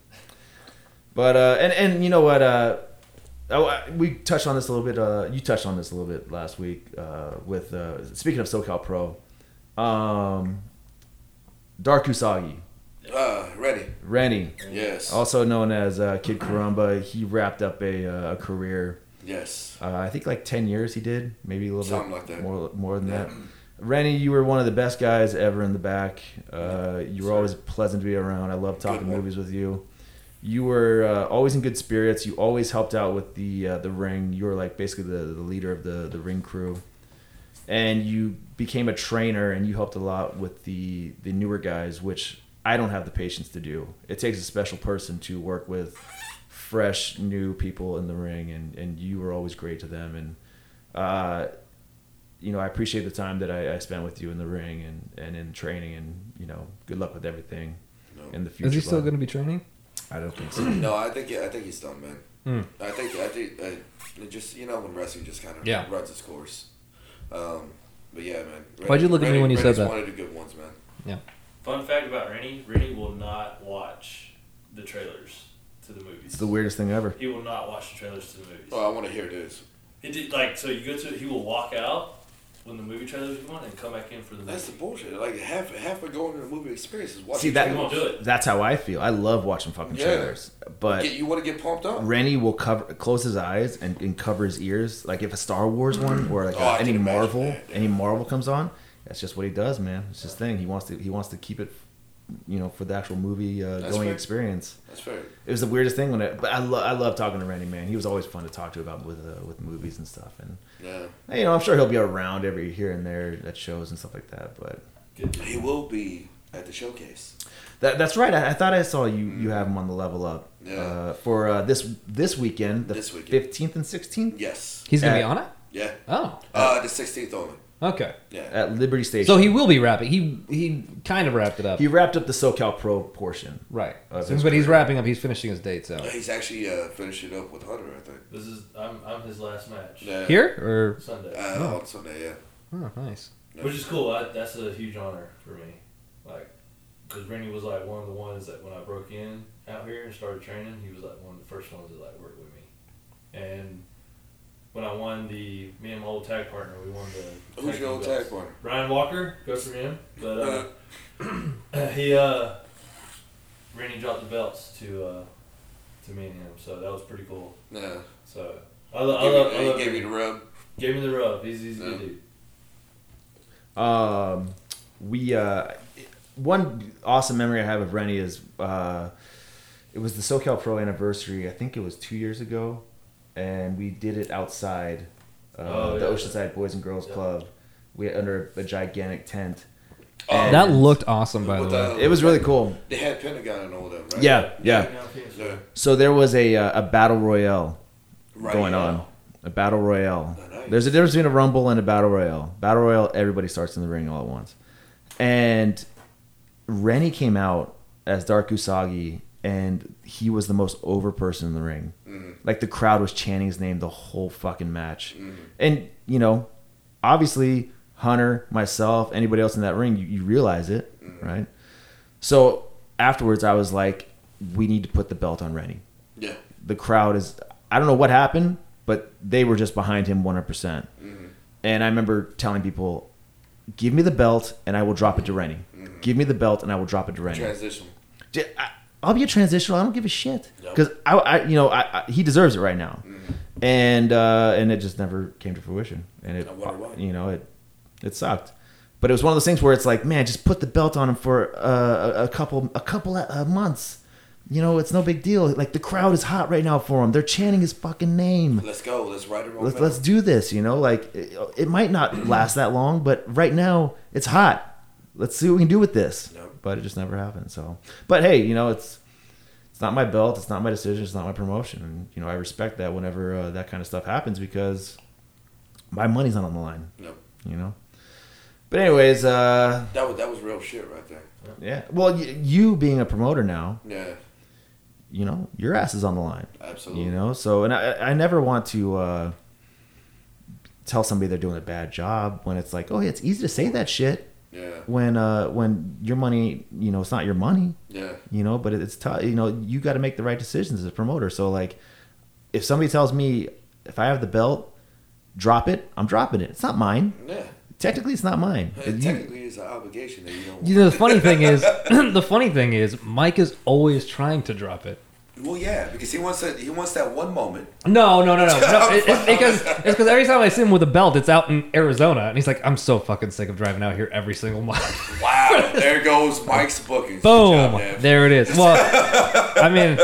B: But uh, and and you know what? Uh, oh, I- we touched on this a little bit. Uh, you touched on this a little bit last week uh, with uh, speaking of SoCal Pro, um, Dark Usagi,
D: Uh, ready.
B: Rennie,
D: Yes.
B: also known as uh, Kid Karamba. He wrapped up a, uh, a career.
A: [CLEARS THROAT]
D: Yes.
B: Uh, I think like ten years he did, maybe a little
D: Something
B: bit
D: like that.
B: more more than that. Rennie, you were one of the best guys ever in the back. Uh, you were always pleasant to be around. I love talking
D: one.
B: movies with you. You were uh, always in good spirits. You always helped out with the uh, the ring. You were like basically the, the leader of the the ring crew, and you became a trainer and you helped a lot with the the newer guys, which I don't have the patience to do. It takes a special person to work with fresh new people in the ring, and and you were always great to them and. Uh, you know, I appreciate the time that I, I spent with you in the ring and, and in training, and you know, good luck with everything in the future.
A: Is he still
B: bud.
A: going to be training?
B: I don't think so.
D: No, I think yeah, I think he's done, man.
A: Hmm.
D: I think I think uh, it just you know when wrestling just kind of
A: Yeah.
D: runs its course. Um, but yeah, man.
A: Why'd you look at me when you said
D: Rennie's
A: that?
D: One of the good ones, man.
C: Fun fact about Rennie: Rennie will not watch the trailers to to the movies.
B: It's the weirdest thing ever.
C: He will not watch the trailers to the movies.
D: Oh, I want to hear this.
C: He did like so. You go to he will walk out when the movie trailers come on and come back in for the
D: That's the
C: movie.
D: bullshit. Like half half of going to the movie experience is watching.
B: See
C: You won't do
B: that?
C: it.
B: That's how I feel. I love watching fucking
D: Yeah.
B: trailers, but
D: Get, you want to get pumped up.
B: Rennie will cover close his eyes and, and cover his ears. Like if a Star Wars one or like
D: Oh, I
B: a,
D: can
B: any
D: imagine
B: Marvel,
D: that, yeah.
B: any Marvel comes on, that's just what he does, man. It's his thing. He wants to he wants to keep it, you know, for the actual movie uh,
D: That's
B: going
D: fair.
B: experience.
D: That's fair.
B: It was the weirdest thing when I but I, lo- I love talking to Rennie, man. He was always fun to talk to about with uh, with movies and stuff. And
D: Yeah.
B: you know, I'm sure he'll be around every here and there at shows and stuff like that. But
C: Good dude.
D: He will be at the showcase.
B: That, that's right. I, I thought I saw you. You have him on the level up
D: Yeah.
B: uh, for uh, this this weekend, the
D: This weekend.
B: fifteenth and sixteenth
D: Yes.
A: He's gonna
B: Uh,
A: be on it.
D: Yeah.
A: Oh,
D: Uh, the 16th only.
A: okay.
D: Yeah.
B: at Liberty Station.
A: So he will be wrapping. He he kind of wrapped it up.
B: he wrapped up the SoCal Pro portion.
A: right.
B: Uh,
A: So- but he's wrapping up. He's finishing his dates out.
D: Uh, He's actually uh, finishing up with Hunter, I think.
C: This is I'm I'm his last match
D: Yeah.
A: Here
C: Sunday,
D: Uh, On Sunday, yeah.
A: or oh, nice.
C: which is cool. I, that's a huge honor for me. Like, because Rennie was like one of the ones that when I broke in out here and started training, he was like one of the first ones that like worked with me. And when I won the me and my old tag partner, we won the
D: Who's
C: team
D: your old
C: belts.
D: tag partner?
C: Ryan Walker, go for him. But uh, [CLEARS THROAT] he, uh, Randy dropped the belts to uh, to me and him, so that was pretty cool.
D: Yeah.
C: So I,
B: Uh,
C: lo- I
D: Give
C: love,
D: me-
C: I love
D: he gave you
C: Randy.
D: the rub.
C: Gave me the rub. He's, he's a
D: Yeah.
C: good dude.
B: Um, we uh, one awesome memory I have of Rennie is uh, it was the SoCal Pro anniversary. I think it was two years ago, and we did it outside uh,
C: Oh,
B: the
C: yeah.
B: Oceanside Boys and Girls
C: Yeah.
B: Club. We under a gigantic tent.
D: Oh,
A: That looked awesome, by the
D: With
A: way.
C: Oh,
D: the-
B: It was really cool.
D: They had Pentagon and all them, right?
B: Yeah, yeah.
C: Now, Phoenix,
D: Yeah.
B: So there was a uh, a battle royale
D: Right
B: going
D: now.
B: on. A battle royale.
D: Oh, nice.
B: There's a difference between a rumble and a battle royale. Battle royale, everybody starts in the ring all at once. And Rennie came out as Dark Usagi, and he was the most over person in the ring.
D: Mm-hmm.
B: Like the crowd was chanting his name the whole fucking match.
D: Mm-hmm.
B: And you know, obviously Hunter, myself, anybody else in that ring, you, you realize it,
D: Mm-hmm.
B: right? So afterwards, I was like, we need to put the belt on Rennie
D: Yeah.
B: the crowd is I don't know what happened, but they were just behind him 100%. percent And I remember telling people, "Give me the belt and I will drop it to Rennie. Give me the belt and I will drop it to Rennie."
D: Transition.
B: J- I, will be a transitional. I don't give a shit
D: Yep. Mm-hmm.
B: because I, I- you know, I, I, he deserves it right now, and uh, and it just never came to fruition, and it,
D: I wonder why.
B: you know, it it sucked. But it was one of those things where it's like, man, just put the belt on him for uh, a- a couple a couple uh, months. You know, it's no big deal. Like the crowd is hot right now for him. They're chanting his fucking name.
D: Let's go. Let's ride it on.
B: Let's let's do this. You know, like it, it might
D: [CLEARS THROAT]
B: not last that long, but right now it's hot. Let's see what we can do with this.
D: Yep.
B: But it just never happened. So, but hey, you know, it's it's not my belt. It's not my decision. It's not my promotion. And you know, I respect that whenever uh, that kind of stuff happens because my money's not on the line.
D: Yep.
B: You know. But anyways, uh,
D: That was that was real shit right there.
B: yeah. Well, y- you being a promoter now,
D: Yeah.
B: you know, your ass is on the line.
D: Absolutely.
B: You know, so and I, I never want to uh, tell somebody they're doing a bad job when it's like, oh, it's easy to say that shit
D: Yeah.
B: when uh, when your money, you know, it's not your money,
D: Yeah.
B: you know, but it's tough. You know, you got to make the right decisions as a promoter. So like, if somebody tells me if I have the belt, drop it, I'm dropping it. It's not mine.
D: Yeah.
B: Technically, it's not mine.
D: And
B: You-
D: technically, it's an obligation that you don't.
A: You know, the funny thing is, [CLEARS THROAT] the funny thing is, Mike is always trying to drop it.
D: Well, yeah, because he wants that. He wants that one moment.
A: No, no, no, no. no it- it's because it's because every time I see him with a belt, it's out in Arizona, and he's like, "I'm so fucking sick of driving out here every single month." [LAUGHS]
B: [LAUGHS]
D: Wow, there goes Mike's bookings. Good
A: Boom,
D: job, Dad.
A: there it is. Well, I mean,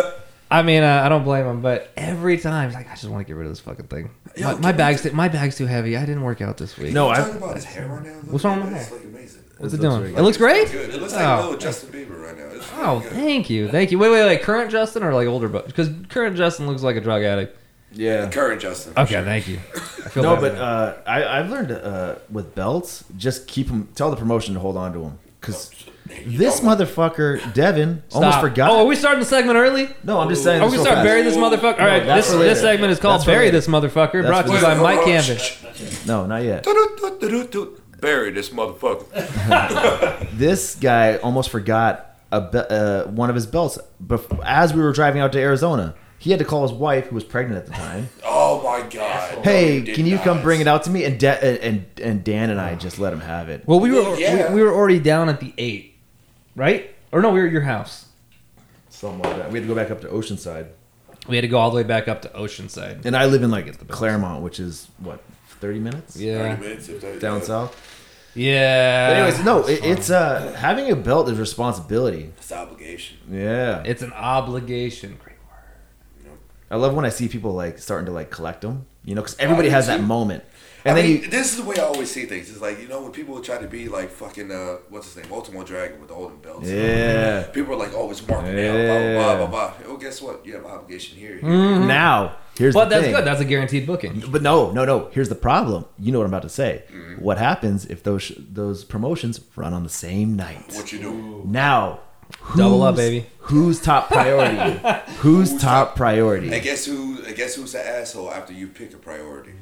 A: I mean, uh, I don't blame him, but every time, he's like, "I just want to get rid of this fucking thing.
D: Yo,
A: My,
D: can
A: my
D: we
A: bag's my bag's too heavy. I didn't work out this week.
B: no,
D: What are you
B: I.
D: talking about his hair right now? Look
A: What's wrong
D: at
A: with
D: it.
A: my
D: It's like amazing.
A: what's
B: It
A: it
B: looks
A: doing?
B: really
A: It looks great.
D: Good. It looks like
A: Oh,
D: a little Justin Bieber right now. It's really
A: Oh,
D: good.
A: thank you, thank you. Wait, wait, wait. Current Justin or like older, but because current Justin looks like a drug addict.
B: Yeah.
D: Current Justin.
A: Okay, thank you. I feel
B: No,
A: better
B: but
A: now.
B: uh, I, I've learned uh, with belts, just keep them. Tell the promotion to hold on to them because
D: You
B: this
D: don't-
B: motherfucker Devin almost
A: Stop.
B: forgot.
A: Oh, are we starting the segment early?
B: no, I'm just saying.
A: Are
B: this
A: we
B: real
A: start
B: fast.
A: bury this
D: Ooh.
A: motherfucker? All right,
B: No, that's
A: this,
B: for later.
A: this segment is called
B: That's for
A: "Bury
B: later.
A: This Motherfucker,"
B: That's
A: brought to
B: for
A: you by
D: later.
A: Mike Camden.
B: No, not yet.
D: Bury this motherfucker.
B: This guy almost forgot a be- uh, one of his belts bef- as we were driving out to Arizona. He had to call his wife, who was pregnant at
A: [LAUGHS]
B: the time.
D: Oh my god.
B: [LAUGHS]
A: Oh,
B: hey, can you come bring it out to me? And da- and and Dan and I just let him have it.
A: Well, we were
D: Yeah.
A: we, we were already down at the eight, right? Or no, we were at your house.
B: Something like that. We had to go back up to Oceanside,
A: We had to go all the way back up to Oceanside.
B: and I live in like Claremont, which is what thirty minutes
A: Yeah, Uh,
B: down south.
A: yeah.
B: But anyways, no, it, it's uh having a belt is responsibility.
D: It's obligation.
B: Yeah,
A: it's an obligation. Great word.
B: I love when I see people like starting to like collect them. You know, because everybody
A: Oh,
D: do
B: has
D: too.
B: that moment,
D: I
B: and then
D: mean,
B: you.
D: this is the way I always see things. It's like you know when people try to be like fucking uh, what's his name, Ultimo Dragon with the Olden belts.
B: Yeah.
D: People are like, oh, it's marking
B: Yeah. Mm-hmm.
D: out, blah blah blah blah. blah. Oh, guess what? You have an obligation here.
B: Now here's
A: But
B: the
A: Mm-hmm. that's
B: thing.
A: good. That's a guaranteed booking.
B: But no, no, no. Here's the problem. You know what I'm about to say. What happens if those those promotions run on the same night?
D: What you doing?
B: Now,
A: Double up,
B: who's-
A: baby.
B: Who's
A: [LAUGHS]
B: top priority? who's
D: Who's
B: top
D: top- And
B: priority?
D: guess who? And guess who's the asshole after you pick a priority?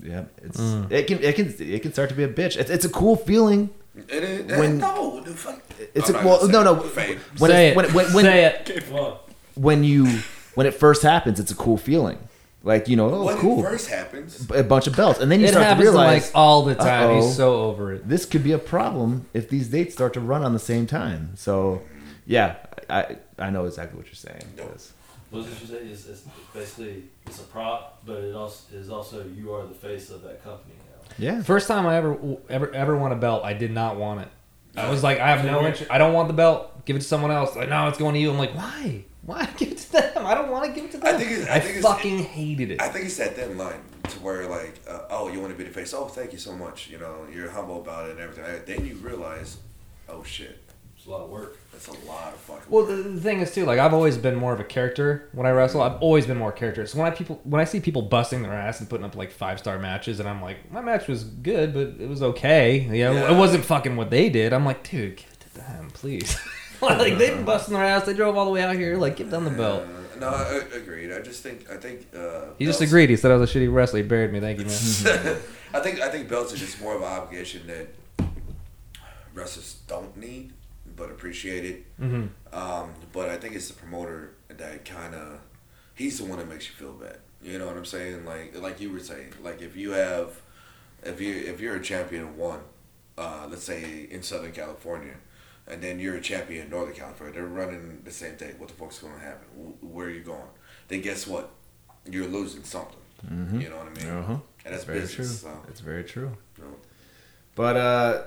B: Yeah, it's
A: Mm.
B: it can it can it can start to be a bitch. It's, it's a cool feeling.
D: And it,
B: When-
D: when, no, the fuck.
B: It's
D: I'm
B: a,
D: not
B: well,
D: gonna
B: no,
D: say
B: no.
D: it. Fade.
B: When
A: say
B: it, when
A: it.
B: when, when,
A: say it.
C: Well,
B: when you when it first happens, it's a cool feeling. Like you know, oh,
D: when
B: cool,
D: it first happens,
B: a bunch of belts, and then you
A: It
B: start to
A: happens to
B: realize
A: Mike all the time.
B: uh-oh.
A: He's so over it.
B: this could be a problem if these dates start to run on the same time. So, yeah, I I know exactly what you're saying. Yes.
C: what did you say? It's, it's basically it's a prop, but it also is also you are the face of that company now.
B: Yeah,
A: First time I ever ever ever won a belt, I did not want it. I was like, I have no interest. I don't want the belt. Give it to someone else. Like, no, it's going to you. I'm like, why? Why [LAUGHS] give it to them? I don't want to give it to them.
D: I think it's- I think it's-
A: fucking hated it.
D: I think it's that thin line to where like, uh, oh, you want to be the face. Oh, thank you so much. You know, you're humble about it and everything. And Then you realize, oh shit,
C: It's a lot of work.
D: that's a lot of fucking.
A: Well,
D: Well,
A: the, the thing is too, like I've always been more of a character when I wrestle. I've always been more character. So when I people when I see people busting their ass and putting up like five star matches, and I'm like, my match was good, but it was okay. Yeah,
D: Yeah.
A: it wasn't fucking what they did. I'm like, dude, give it to them, please. [LAUGHS] like they've been busting their ass. They drove all the way out here. Like, give them the belt.
D: no, I, I agreed. I just think I think uh,
A: He just
D: belts-
A: agreed. He said I was a shitty wrestler. He buried me. Thank you, man.
D: [LAUGHS] I think I think belts are just more of an obligation that wrestlers don't need but appreciate it. Um, but I think it's the promoter that kind of he's the one that makes you feel bad. You know what I'm saying? Like like you were saying, like if you have if you if you're a champion one, uh, let's say in Southern California. And then you're a champion in Northern California. They're running the same thing. What the fuck's going to happen? Wh- Where are you going? Then guess what? You're losing something. You know what I mean?
B: Uh-huh.
D: And that's
B: very true.
D: business. So.
B: That's very true.
D: No.
B: But uh,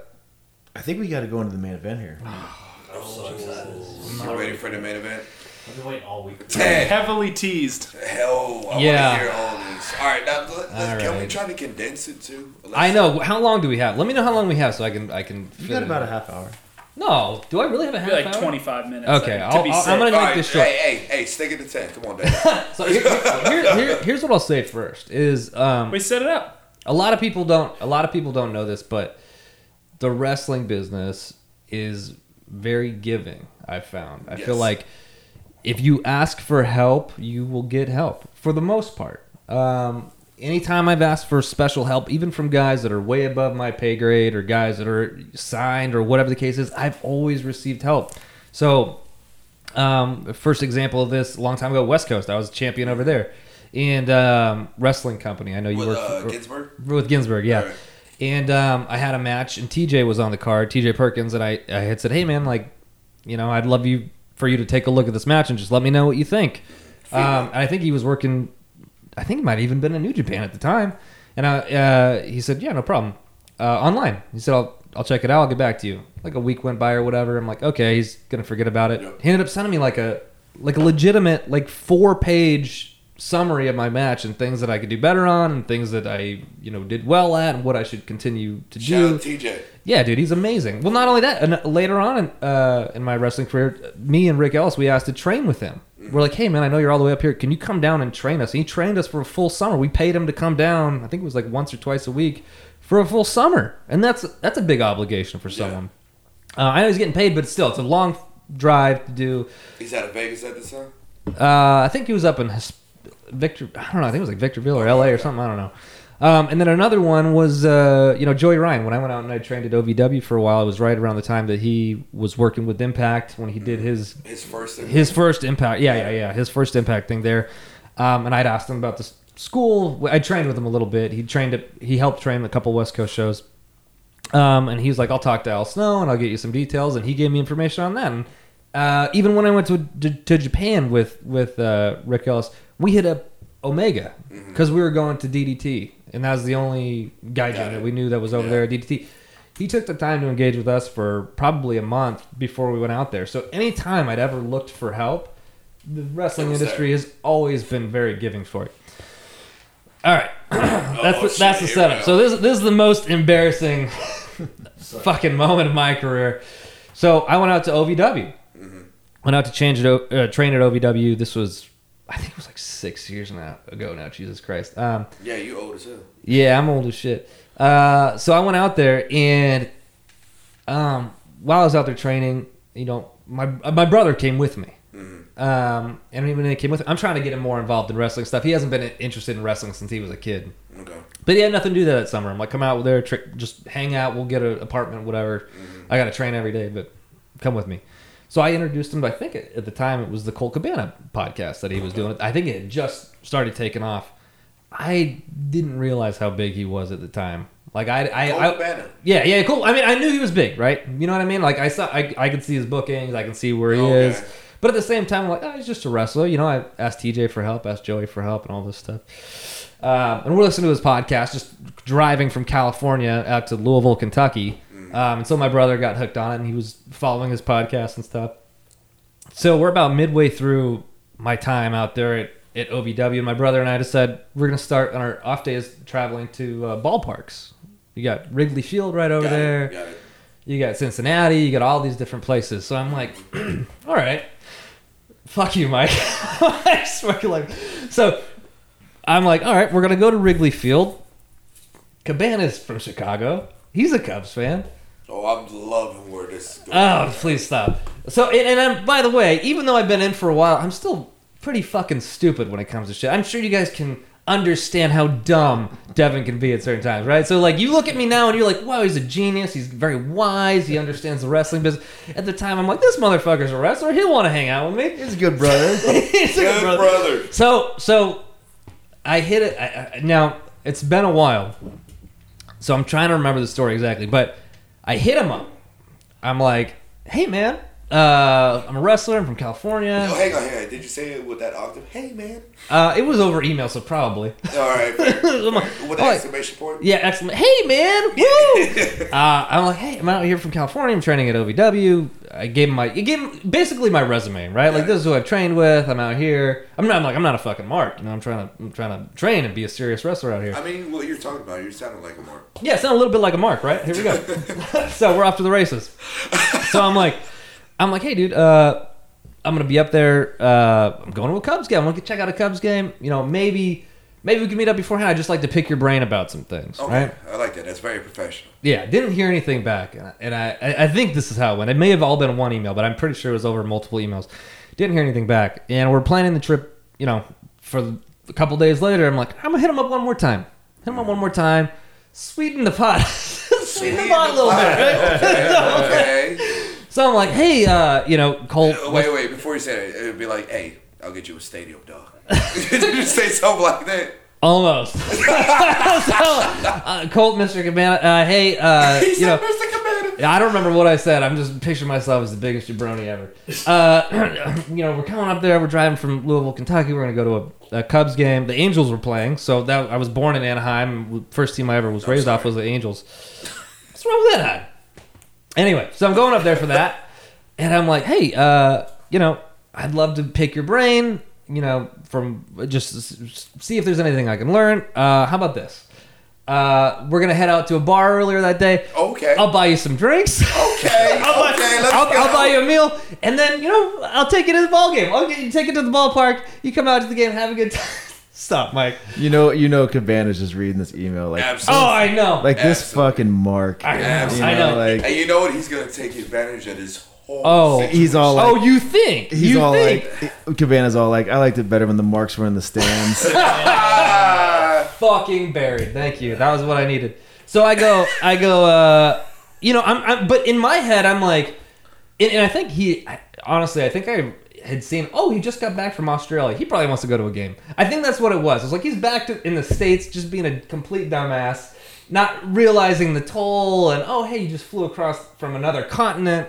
B: I think we got to go into the main event here.
C: I'm so excited.
D: You ready for the main event?
C: I've been
D: [LAUGHS]
C: waiting all week.
D: Hell,
E: Heavily teased.
D: I
A: Yeah.
D: want to hear all this. All right, now let,
A: All
D: let, can we
A: right.
D: try to condense it too? Let's-
A: I know. How long do we have? Let me know how long we have so I can I can.
B: You
A: fit
B: got
A: it
B: about
A: in.
B: a half hour.
A: No, do I really have a
E: I
A: half
E: feel like
A: hour?
E: 25 minutes.
A: Okay,
E: I think,
A: I'll-
E: to be
A: I'll- I'm
E: safe.
A: gonna-
D: All right,
A: this short.
D: hey, hey, hey, stick it to ten. Come on, Dave.
A: So here, here, here, here's what I'll say first is um,
E: We set it up.
A: a lot of people don't a lot of people don't know this but the wrestling business is very giving i've found i feel
D: Yes.
A: like if you ask for help you will get help for the most part um, anytime i've asked for special help even from guys that are way above my pay grade or guys that are signed or whatever the case is i've always received help so um, the first example of this a long time ago west coast i was a champion over there and um, wrestling company i know [LAUGHS] you
D: With
A: worked
D: uh,
A: for-
D: Ginsburg.
A: with Ginsburg, yeah.
D: All right.
A: And um, I had a match, and TJ was on the card, TJ Perkins, and I, I had said, "Hey, man, like, you know, I'd love you for you to take a look at this match and just let me know what you think." Um, and I think he was working. I think he might have even been in New Japan at the time. And I, uh, he said, "Yeah, no problem." Uh, online, he said, "I'll I'll check it out. I'll get back to you." Like a week went by or whatever. I'm like, "Okay, he's gonna forget about it."
D: Yeah.
A: He ended up sending me like a like a legitimate like four page summary of my match and things that I could do better on and things that I you know did well at and what I should continue to
D: Shout
A: do.
D: out TJ.
A: Yeah, dude, he's amazing. Well, not only that, and later on in, uh, in my wrestling career, me and Rick Ellis, we asked to train with him. We're like, hey, man, I know you're all the way up here. Can you come down and train us? And he trained us for a full summer. We paid him to come down. I think it was like once or twice a week for a full summer, and that's that's a big obligation for someone. Uh, I know he's getting paid, but still, it's a long drive to do.
D: He's out of Vegas at this time.
A: Uh, I think he was up in His- Victor. I don't know. I think it was like Victorville or L.A. or something. I don't know. Um, and then another one was, uh, you know, Joey Ryan. When I went out and I trained at OVW for a while, it was right around the time that he was working with Impact when he did his
D: His first. thing-
A: his first impact. Yeah, yeah, yeah. His first impact thing there. Um, and I'd asked him about the s- school. I trained with him a little bit. He trained at, He helped train a couple West Coast shows. Um, and he was like, "I'll talk to Al Snow and I'll get you some details." And he gave me information on that. And, uh, even when I went to to, to Japan with with uh, Rick Ellis, we hit up Omega because we were going to DDT, and that was the only guy
D: Mm-hmm. Got
A: that
D: it.
A: we knew that was over
D: Yeah.
A: there at DDT. He took the time to engage with us for probably a month before we went out there. So anytime I'd ever looked for help, the wrestling
D: It was
A: industry has always been very giving for it. All right, that's
D: Oh,
A: the,
D: shit,
A: that's the
D: here we
A: setup.
D: go.
A: So this this is the most
D: [LAUGHS]
A: embarrassing [LAUGHS] fucking moment of my career. So I went out to OVW.
D: Mm-hmm.
A: Went out to change it, o- uh, train at OVW. This was, I think it was like six years now ago now. Jesus Christ. Um,
D: Yeah, you old as hell.
A: yeah, I'm old as shit. Uh, so I went out there, and um, while I was out there training, you know, my my brother came with me.
D: Mm-hmm,
A: Um, and even when he came with, I'm trying to get him more involved in wrestling stuff. He hasn't been interested in wrestling since he was a kid.
D: Okay.
A: But he had nothing to do that summer. I'm like, come out there, tri- just hang out. We'll get an apartment, whatever. I got to train every day, but come with me. So I introduced him. To, I think at at the time it was the Colt Cabana podcast that he was doing. I think it had just started taking off. I didn't realize how big he was at the time. Like I, I,
D: Cole
A: I-
D: Cabana.
A: yeah, yeah, cool. I mean, I knew he was big, right? You know what I mean? Like I saw, I, I could see his bookings. I can see where he
D: Okay.
A: is. But at the same time, I'm like, oh, he's just a wrestler. You know, I asked TJ for help, asked Joey for help, and all this stuff. Um, and we're listening to his podcast, just driving from California out to Louisville, Kentucky. Um, and so my brother got hooked on it, and he was following his podcast and stuff. So we're about midway through my time out there at, at OVW, and my brother and I decided we're going to start on our off days traveling to uh, ballparks. You got Wrigley Field right over
D: Got it,
A: there
D: got it.
A: you got Cincinnati, you got all these different places. So I'm like, [CLEARS THROAT] all right, fuck you, Mike. [LAUGHS] I swear, like, so I'm like, all right, we're gonna go to Wrigley Field. Cabana's from Chicago. He's a Cubs fan.
D: Oh, I'm loving where this. is going.
A: Oh, please stop. So, and, and I'm, by the way, even though I've been in for a while, I'm still pretty fucking stupid when it comes to shit. I'm sure you guys can understand how dumb Devin can be at certain times, right? So, like, you look at me now and you're like, wow, he's a genius. He's very wise. He understands the wrestling business. At the time, I'm like, this motherfucker's a wrestler. He'll want to hang out with me. [LAUGHS]
B: He's a good brother.
A: He's a
D: Good
A: brother.
D: brother.
A: So so I hit it. I, I, now it's been a while, so I'm trying to remember the story exactly. But I hit him up. I'm like, hey man, uh, I'm a wrestler. I'm from
D: Oh,
A: California.
D: hang on, hang on. Did you say it with that octave? Hey, man.
A: Uh, it was over email, so probably. [LAUGHS]
D: All right. fair, fair.
A: I'm like,
D: With
A: all
D: an
A: right.
D: exclamation point.
A: Yeah, excellent. Hey, man, woo! [LAUGHS] uh, I'm like, hey, I'm out here from California. I'm training at OVW. I gave him my, I gave him basically my resume, right? Like, this is who I've trained with. I'm out here. I'm not I'm like, I'm not a fucking mark. You know, I'm trying to, I'm trying to train and be a serious wrestler out here.
D: I mean, what you're talking about, you're sounding like a mark.
A: Yeah, it sounded a little bit like a mark, right? Here we go.
D: [LAUGHS]
A: [LAUGHS] so we're off to the races. So I'm like, I'm like, hey, dude, uh, I'm gonna be up there. Uh, I'm going to a Cubs game. I'm gonna check out a Cubs game. You know, maybe, maybe we can meet up beforehand. I just like to pick your brain about some things,
D: Okay.
A: right?
D: I like that. That's very professional.
A: Yeah, didn't hear anything back, and I, and I- I I think this is how it went. It may have all been one email, but I'm pretty sure it was over multiple emails. Didn't hear anything back, and we're planning the trip. You know, for a couple days later, I'm like, I'm gonna hit him up one more time. Hit him up one more time. Sweeten the pot. [LAUGHS] Sweeten the pot a little bit. right?
D: [LAUGHS] Okay.
A: So I'm like, hey, uh, you know, Cole.
D: Oh, wait, wait. Before you say that, it would be like, hey, I'll get you a stadium
A: [LAUGHS]
D: dog. Did you say something like that?
A: Almost. [LAUGHS] so, uh, Colt, Mr. Cabana, uh, hey, uh,
D: [LAUGHS] He
A: you
D: said,
A: know,
D: Mr. Cabana.
A: Yeah, I don't remember what I said. I'm just picturing myself as the biggest jabroni ever. Uh, [CLEARS THROAT] you know, we're coming up there. We're driving from Louisville, Kentucky. We're gonna go to a, a Cubs game. The Angels were playing, so that I was born in Anaheim. First team I ever was raised off was the Angels. What's wrong with Anaheim? Anyway, so I'm going up there for that, and I'm like, hey, uh, you know, I'd love to pick your brain. You know, from just s- s- see if there's anything I can learn. Uh, how about this? Uh, we're gonna head out to a bar earlier that day.
D: Okay.
A: I'll buy you some drinks.
D: Okay.
A: [LAUGHS] I'll, buy,
D: okay, let's
A: I'll,
D: go.
A: I'll buy you a meal, and then you know I'll take you to the ball game. I'll get you take it to the ballpark. You come out to the game, have a good [LAUGHS] time. Stop, Mike.
B: You know, you know, Cabana's just reading this email like,
A: Oh,
D: Absolutely.
A: I know.
B: like this
D: Absolutely.
B: fucking mark.
A: I know.
B: You
A: I know.
B: Like
D: and you know what? He's going to take advantage of this whole
A: Oh.
D: situation.
B: he's all like,
A: oh, you think?
B: he's
A: you
B: all
A: think?
B: like, Cabana's all like, I liked it better when the marks were in the stands.
D: Ah,
A: fucking buried. Thank you. That was what I needed. So I go, I go, uh, you know, I'm, I'm, but in my head, I'm like, and, and I think he, I, honestly, I think I had seen, oh, he just got back from Australia. He probably wants to go to a game. I think that's what it was. It was like, he's back to, in the States just being a complete dumbass, not realizing the toll, and oh, hey, you just flew across from another continent.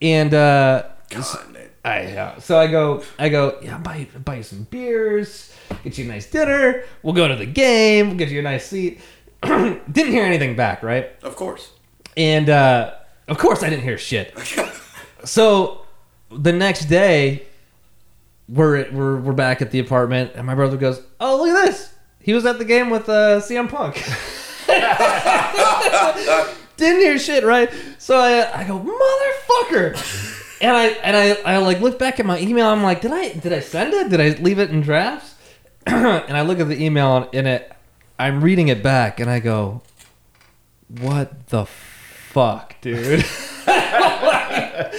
A: And, uh,
D: Continent.
A: I uh, so I go I go yeah buy buy you some beers get you a nice dinner we'll go to the game we'll get you a nice seat [CLEARS THROAT] didn't hear anything back right
D: Of course. [LAUGHS]
A: and uh, of course I didn't hear shit so the next day we're, at- we're we're back at the apartment and my brother goes oh look at this he was at the game with uh, CM Punk [LAUGHS] didn't hear shit right so I I go motherfucker. And I and I, I like look back at my email. I'm like, did I did I send it? Did I leave it in drafts? [CLEARS THROAT] and I look at the email and in it, I'm reading it back, and I go, what the fuck, dude? [LAUGHS] Like,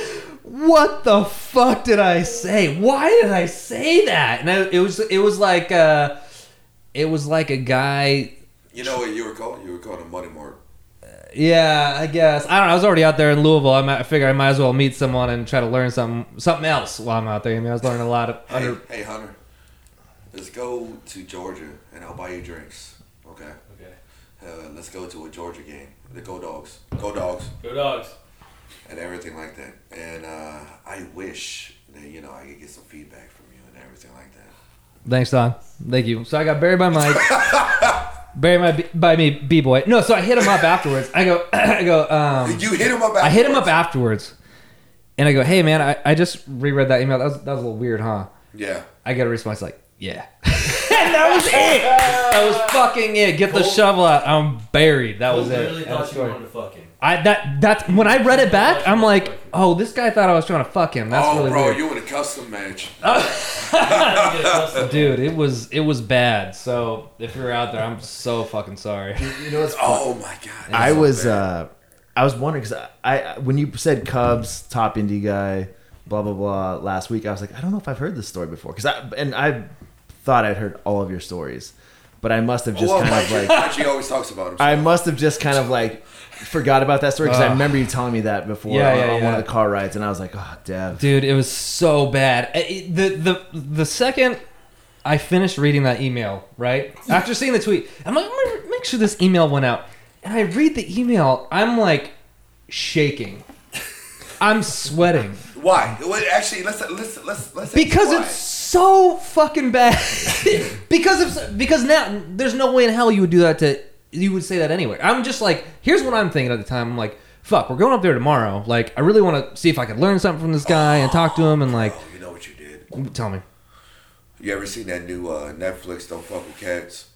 A: what the fuck did I say? Why did I say that? And I, it was it was like uh, it was like a guy.
D: You know what you were calling? You were calling a money mark.
A: Yeah, I guess I don't. know. I was already out there in Louisville. I, might, I figure I might as well meet someone and try to learn something something else while I'm out there. I mean, I was learning a lot of
D: Hey,
A: under.
D: hey, Hunter. Let's go to Georgia and I'll buy you drinks. Okay.
C: Okay.
D: Uh, let's go to a Georgia game. The Go Dogs. Go Dogs.
C: Go dogs.
D: and everything like that. And uh, I wish that you know I could get some feedback from you and everything like that.
A: Thanks, Don. Thank you. So I got buried by Mike. buried my, B- by me, B boy. No, so I hit him up afterwards. I go, [CLEARS THROAT] I go. Um,
D: You hit him up.
A: I hit him up
D: afterwards?
A: afterwards, and I go, "Hey, man, I, I just reread that email. That was that was a little weird, huh?"
D: Yeah.
A: I get a response like, "Yeah," [LAUGHS] and that was it. That was fucking it. Get the shovel out. I'm buried. That was
C: I really
A: it. End of
C: thought you
A: story.
C: wanted to fuck him.
A: I that that's when I read it back. I'm like, "Oh, this guy thought I was trying to fuck him." That's
D: oh,
A: really
D: bro,
A: weird.
D: you in a custom match?
C: I get custom.
A: Dude, it was it was bad. So if you're out there, I'm so fucking sorry.
B: You know what's
D: oh my god!
B: I
D: that's so
B: was
D: bad.
B: uh, I was wondering because I, I when you said Cubs top indie guy, blah blah blah last week, I was like, I don't know if I've heard this story before because I and I thought I'd heard all of your stories, but I must have just
D: well,
B: kind of
D: Oh, Mike,
B: like
D: [LAUGHS] Mike always talks about him.
B: I must have just kind of like forgot about that story because I
A: Ugh.
B: remember you telling me that before
A: Yeah,
B: on,
A: yeah,
B: on one
A: yeah.
B: of the car rides, and I was like, oh, Dev.
A: Dude, it was so bad. I- it- The the the second I finished reading that email, right after seeing the tweet, I'm like, "I'm gonna make sure this email went out. And I read the email, I'm like shaking. I'm sweating
D: Why? Well, actually, let's let's let's let's
A: because
D: why.
A: it's so fucking bad. [LAUGHS] because it's because now there's no way in hell you would do that to you would say that anyway. I'm just like, here's what I'm thinking at the time. I'm like, fuck, we're going up there tomorrow. Like, I really want to see if I could learn something from this guy and talk to him and like,
D: Oh, you know what you did?
A: tell me.
D: You ever seen that new uh, Netflix "Don't Fuck with Cats"?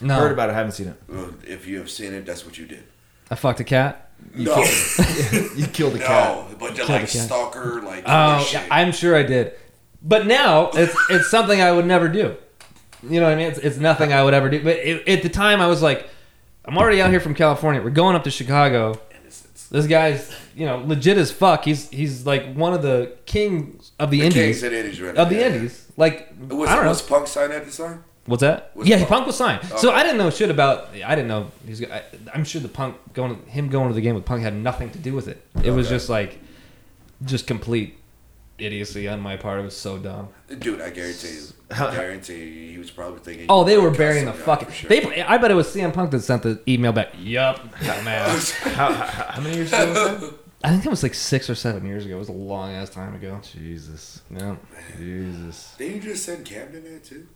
A: No,
B: Heard about it, haven't
D: [LAUGHS]
B: seen it.
D: Well, If you have seen it, that's what you did.
A: I fucked a cat.
D: no,
A: [LAUGHS]
B: You killed the cat.
D: no, but they're
A: Kill
D: like
A: the cat.
D: stalker, like
A: Oh,
D: shit.
A: yeah, I'm sure I did. But now it's it's something I would never do. You know what I mean? It's, it's nothing I would ever do. But it, at the time, I was like, I'm already out here from California. We're going up to Chicago.
D: Innocence.
A: This guy's, you know, legit as fuck. He's he's like one of the kings of the,
D: Kings
A: Indies
D: and Indies, right?
A: of the
D: Yeah.
A: Indies. Like
D: Was,
A: I don't know.
D: was Punk signed at this time?
A: What's that?
D: Was
A: yeah,
D: Punk-
A: Punk, was signed. So I didn't know shit about. I didn't know he's. I, I'm sure the Punk going, him going to the game with Punk had nothing to do with it. It was
D: Okay.
A: just like, just complete idiocy on my part. It was so dumb.
D: Dude, I guarantee
A: [LAUGHS]
D: you. guarantee you, he was probably thinking.
A: Oh, they
D: you
A: were
D: got
A: burying the
D: some guy
A: fucking.
D: for sure. [LAUGHS]
A: They. I bet it was CM Punk that sent the email back. Yup, got
D: [LAUGHS]
A: mad.
B: How many years ago? was that?
A: I think it was like six or seven years ago. It was a long ass time ago.
B: Jesus,
A: Yeah.
B: Jesus.
D: Didn't you just send Camden that too?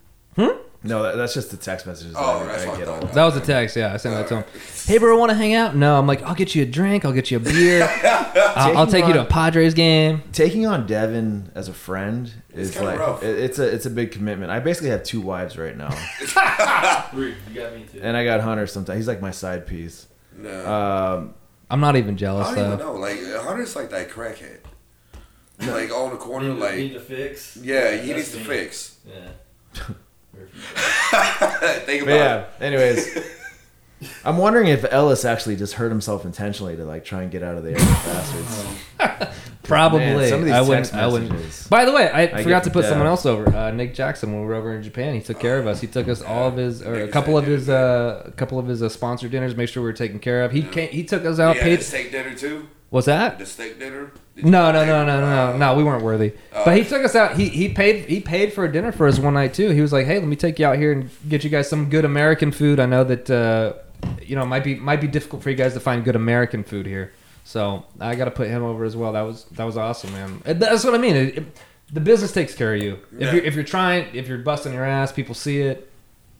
B: No, that, that's just the text messages. that
D: Oh,
B: I,
D: that's
B: I
D: what I
B: get all
D: thought.
A: That was a text, yeah. I sent that to him. Hey, bro, want to hang out? No, I'm like, I'll get you a drink. I'll get you a beer. I'll, I'll
B: Taking
A: take you to a
B: on-
A: Padres game.
B: taking on Devin as a friend
D: It's
B: is
D: kinda
B: like
D: rough.
B: it- it's a it's a big commitment. I basically have two wives right
D: [LAUGHS]
B: now,
C: Three. You got me too.
B: and I got Hunter. Sometimes he's like my side piece.
D: No.
A: Uh,
B: Um,
A: I'm not even jealous
D: I don't
A: though.
D: even know. Like Hunter's like that crackhead. Like on the corner,
C: Need to- need
D: like
C: to fix.
D: yeah, he needs
C: That's
D: to
C: me.
D: fix. [LAUGHS]
C: Yeah.
D: Think
B: but
D: about [LAUGHS]
B: yeah. Anyways, I'm wondering if Ellis actually just hurt himself intentionally to like try and get out of the air
A: [LAUGHS]
B: bastards.
A: Probably.
B: Man, some of these
A: I wouldn't.
B: text
A: I wouldn't.
B: messages.
A: By the way, I,
B: get
A: forgot to put
B: yeah.
A: someone else over. Uh, Nick Jackson, when we were over in Japan, he took care of us. He took us all of his, or a
D: Nick is
A: couple
D: that
A: of
D: dude,
A: his, uh, a couple of his uh, sponsor dinners. Make sure we were taken care of. He came, he took us
D: Yeah,
A: out.
D: the
A: paid.
D: steak dinner too.
A: What's that?
D: The steak dinner. Did you
A: No, no,
D: take-
A: no, no, no, no, no. We weren't worthy. But he took us out. He he paid he paid for a dinner for us one night too. He was like, "Hey, let me take you out here and get you guys some good American food. I know that uh, you know it might be might be difficult for you guys to find good American food here. So I got to put him over as well. That was that was awesome, man. And That's what I mean. It, it, the business takes care of you. If
D: Yeah.
A: you're if you're trying, if you're busting your ass, people see it.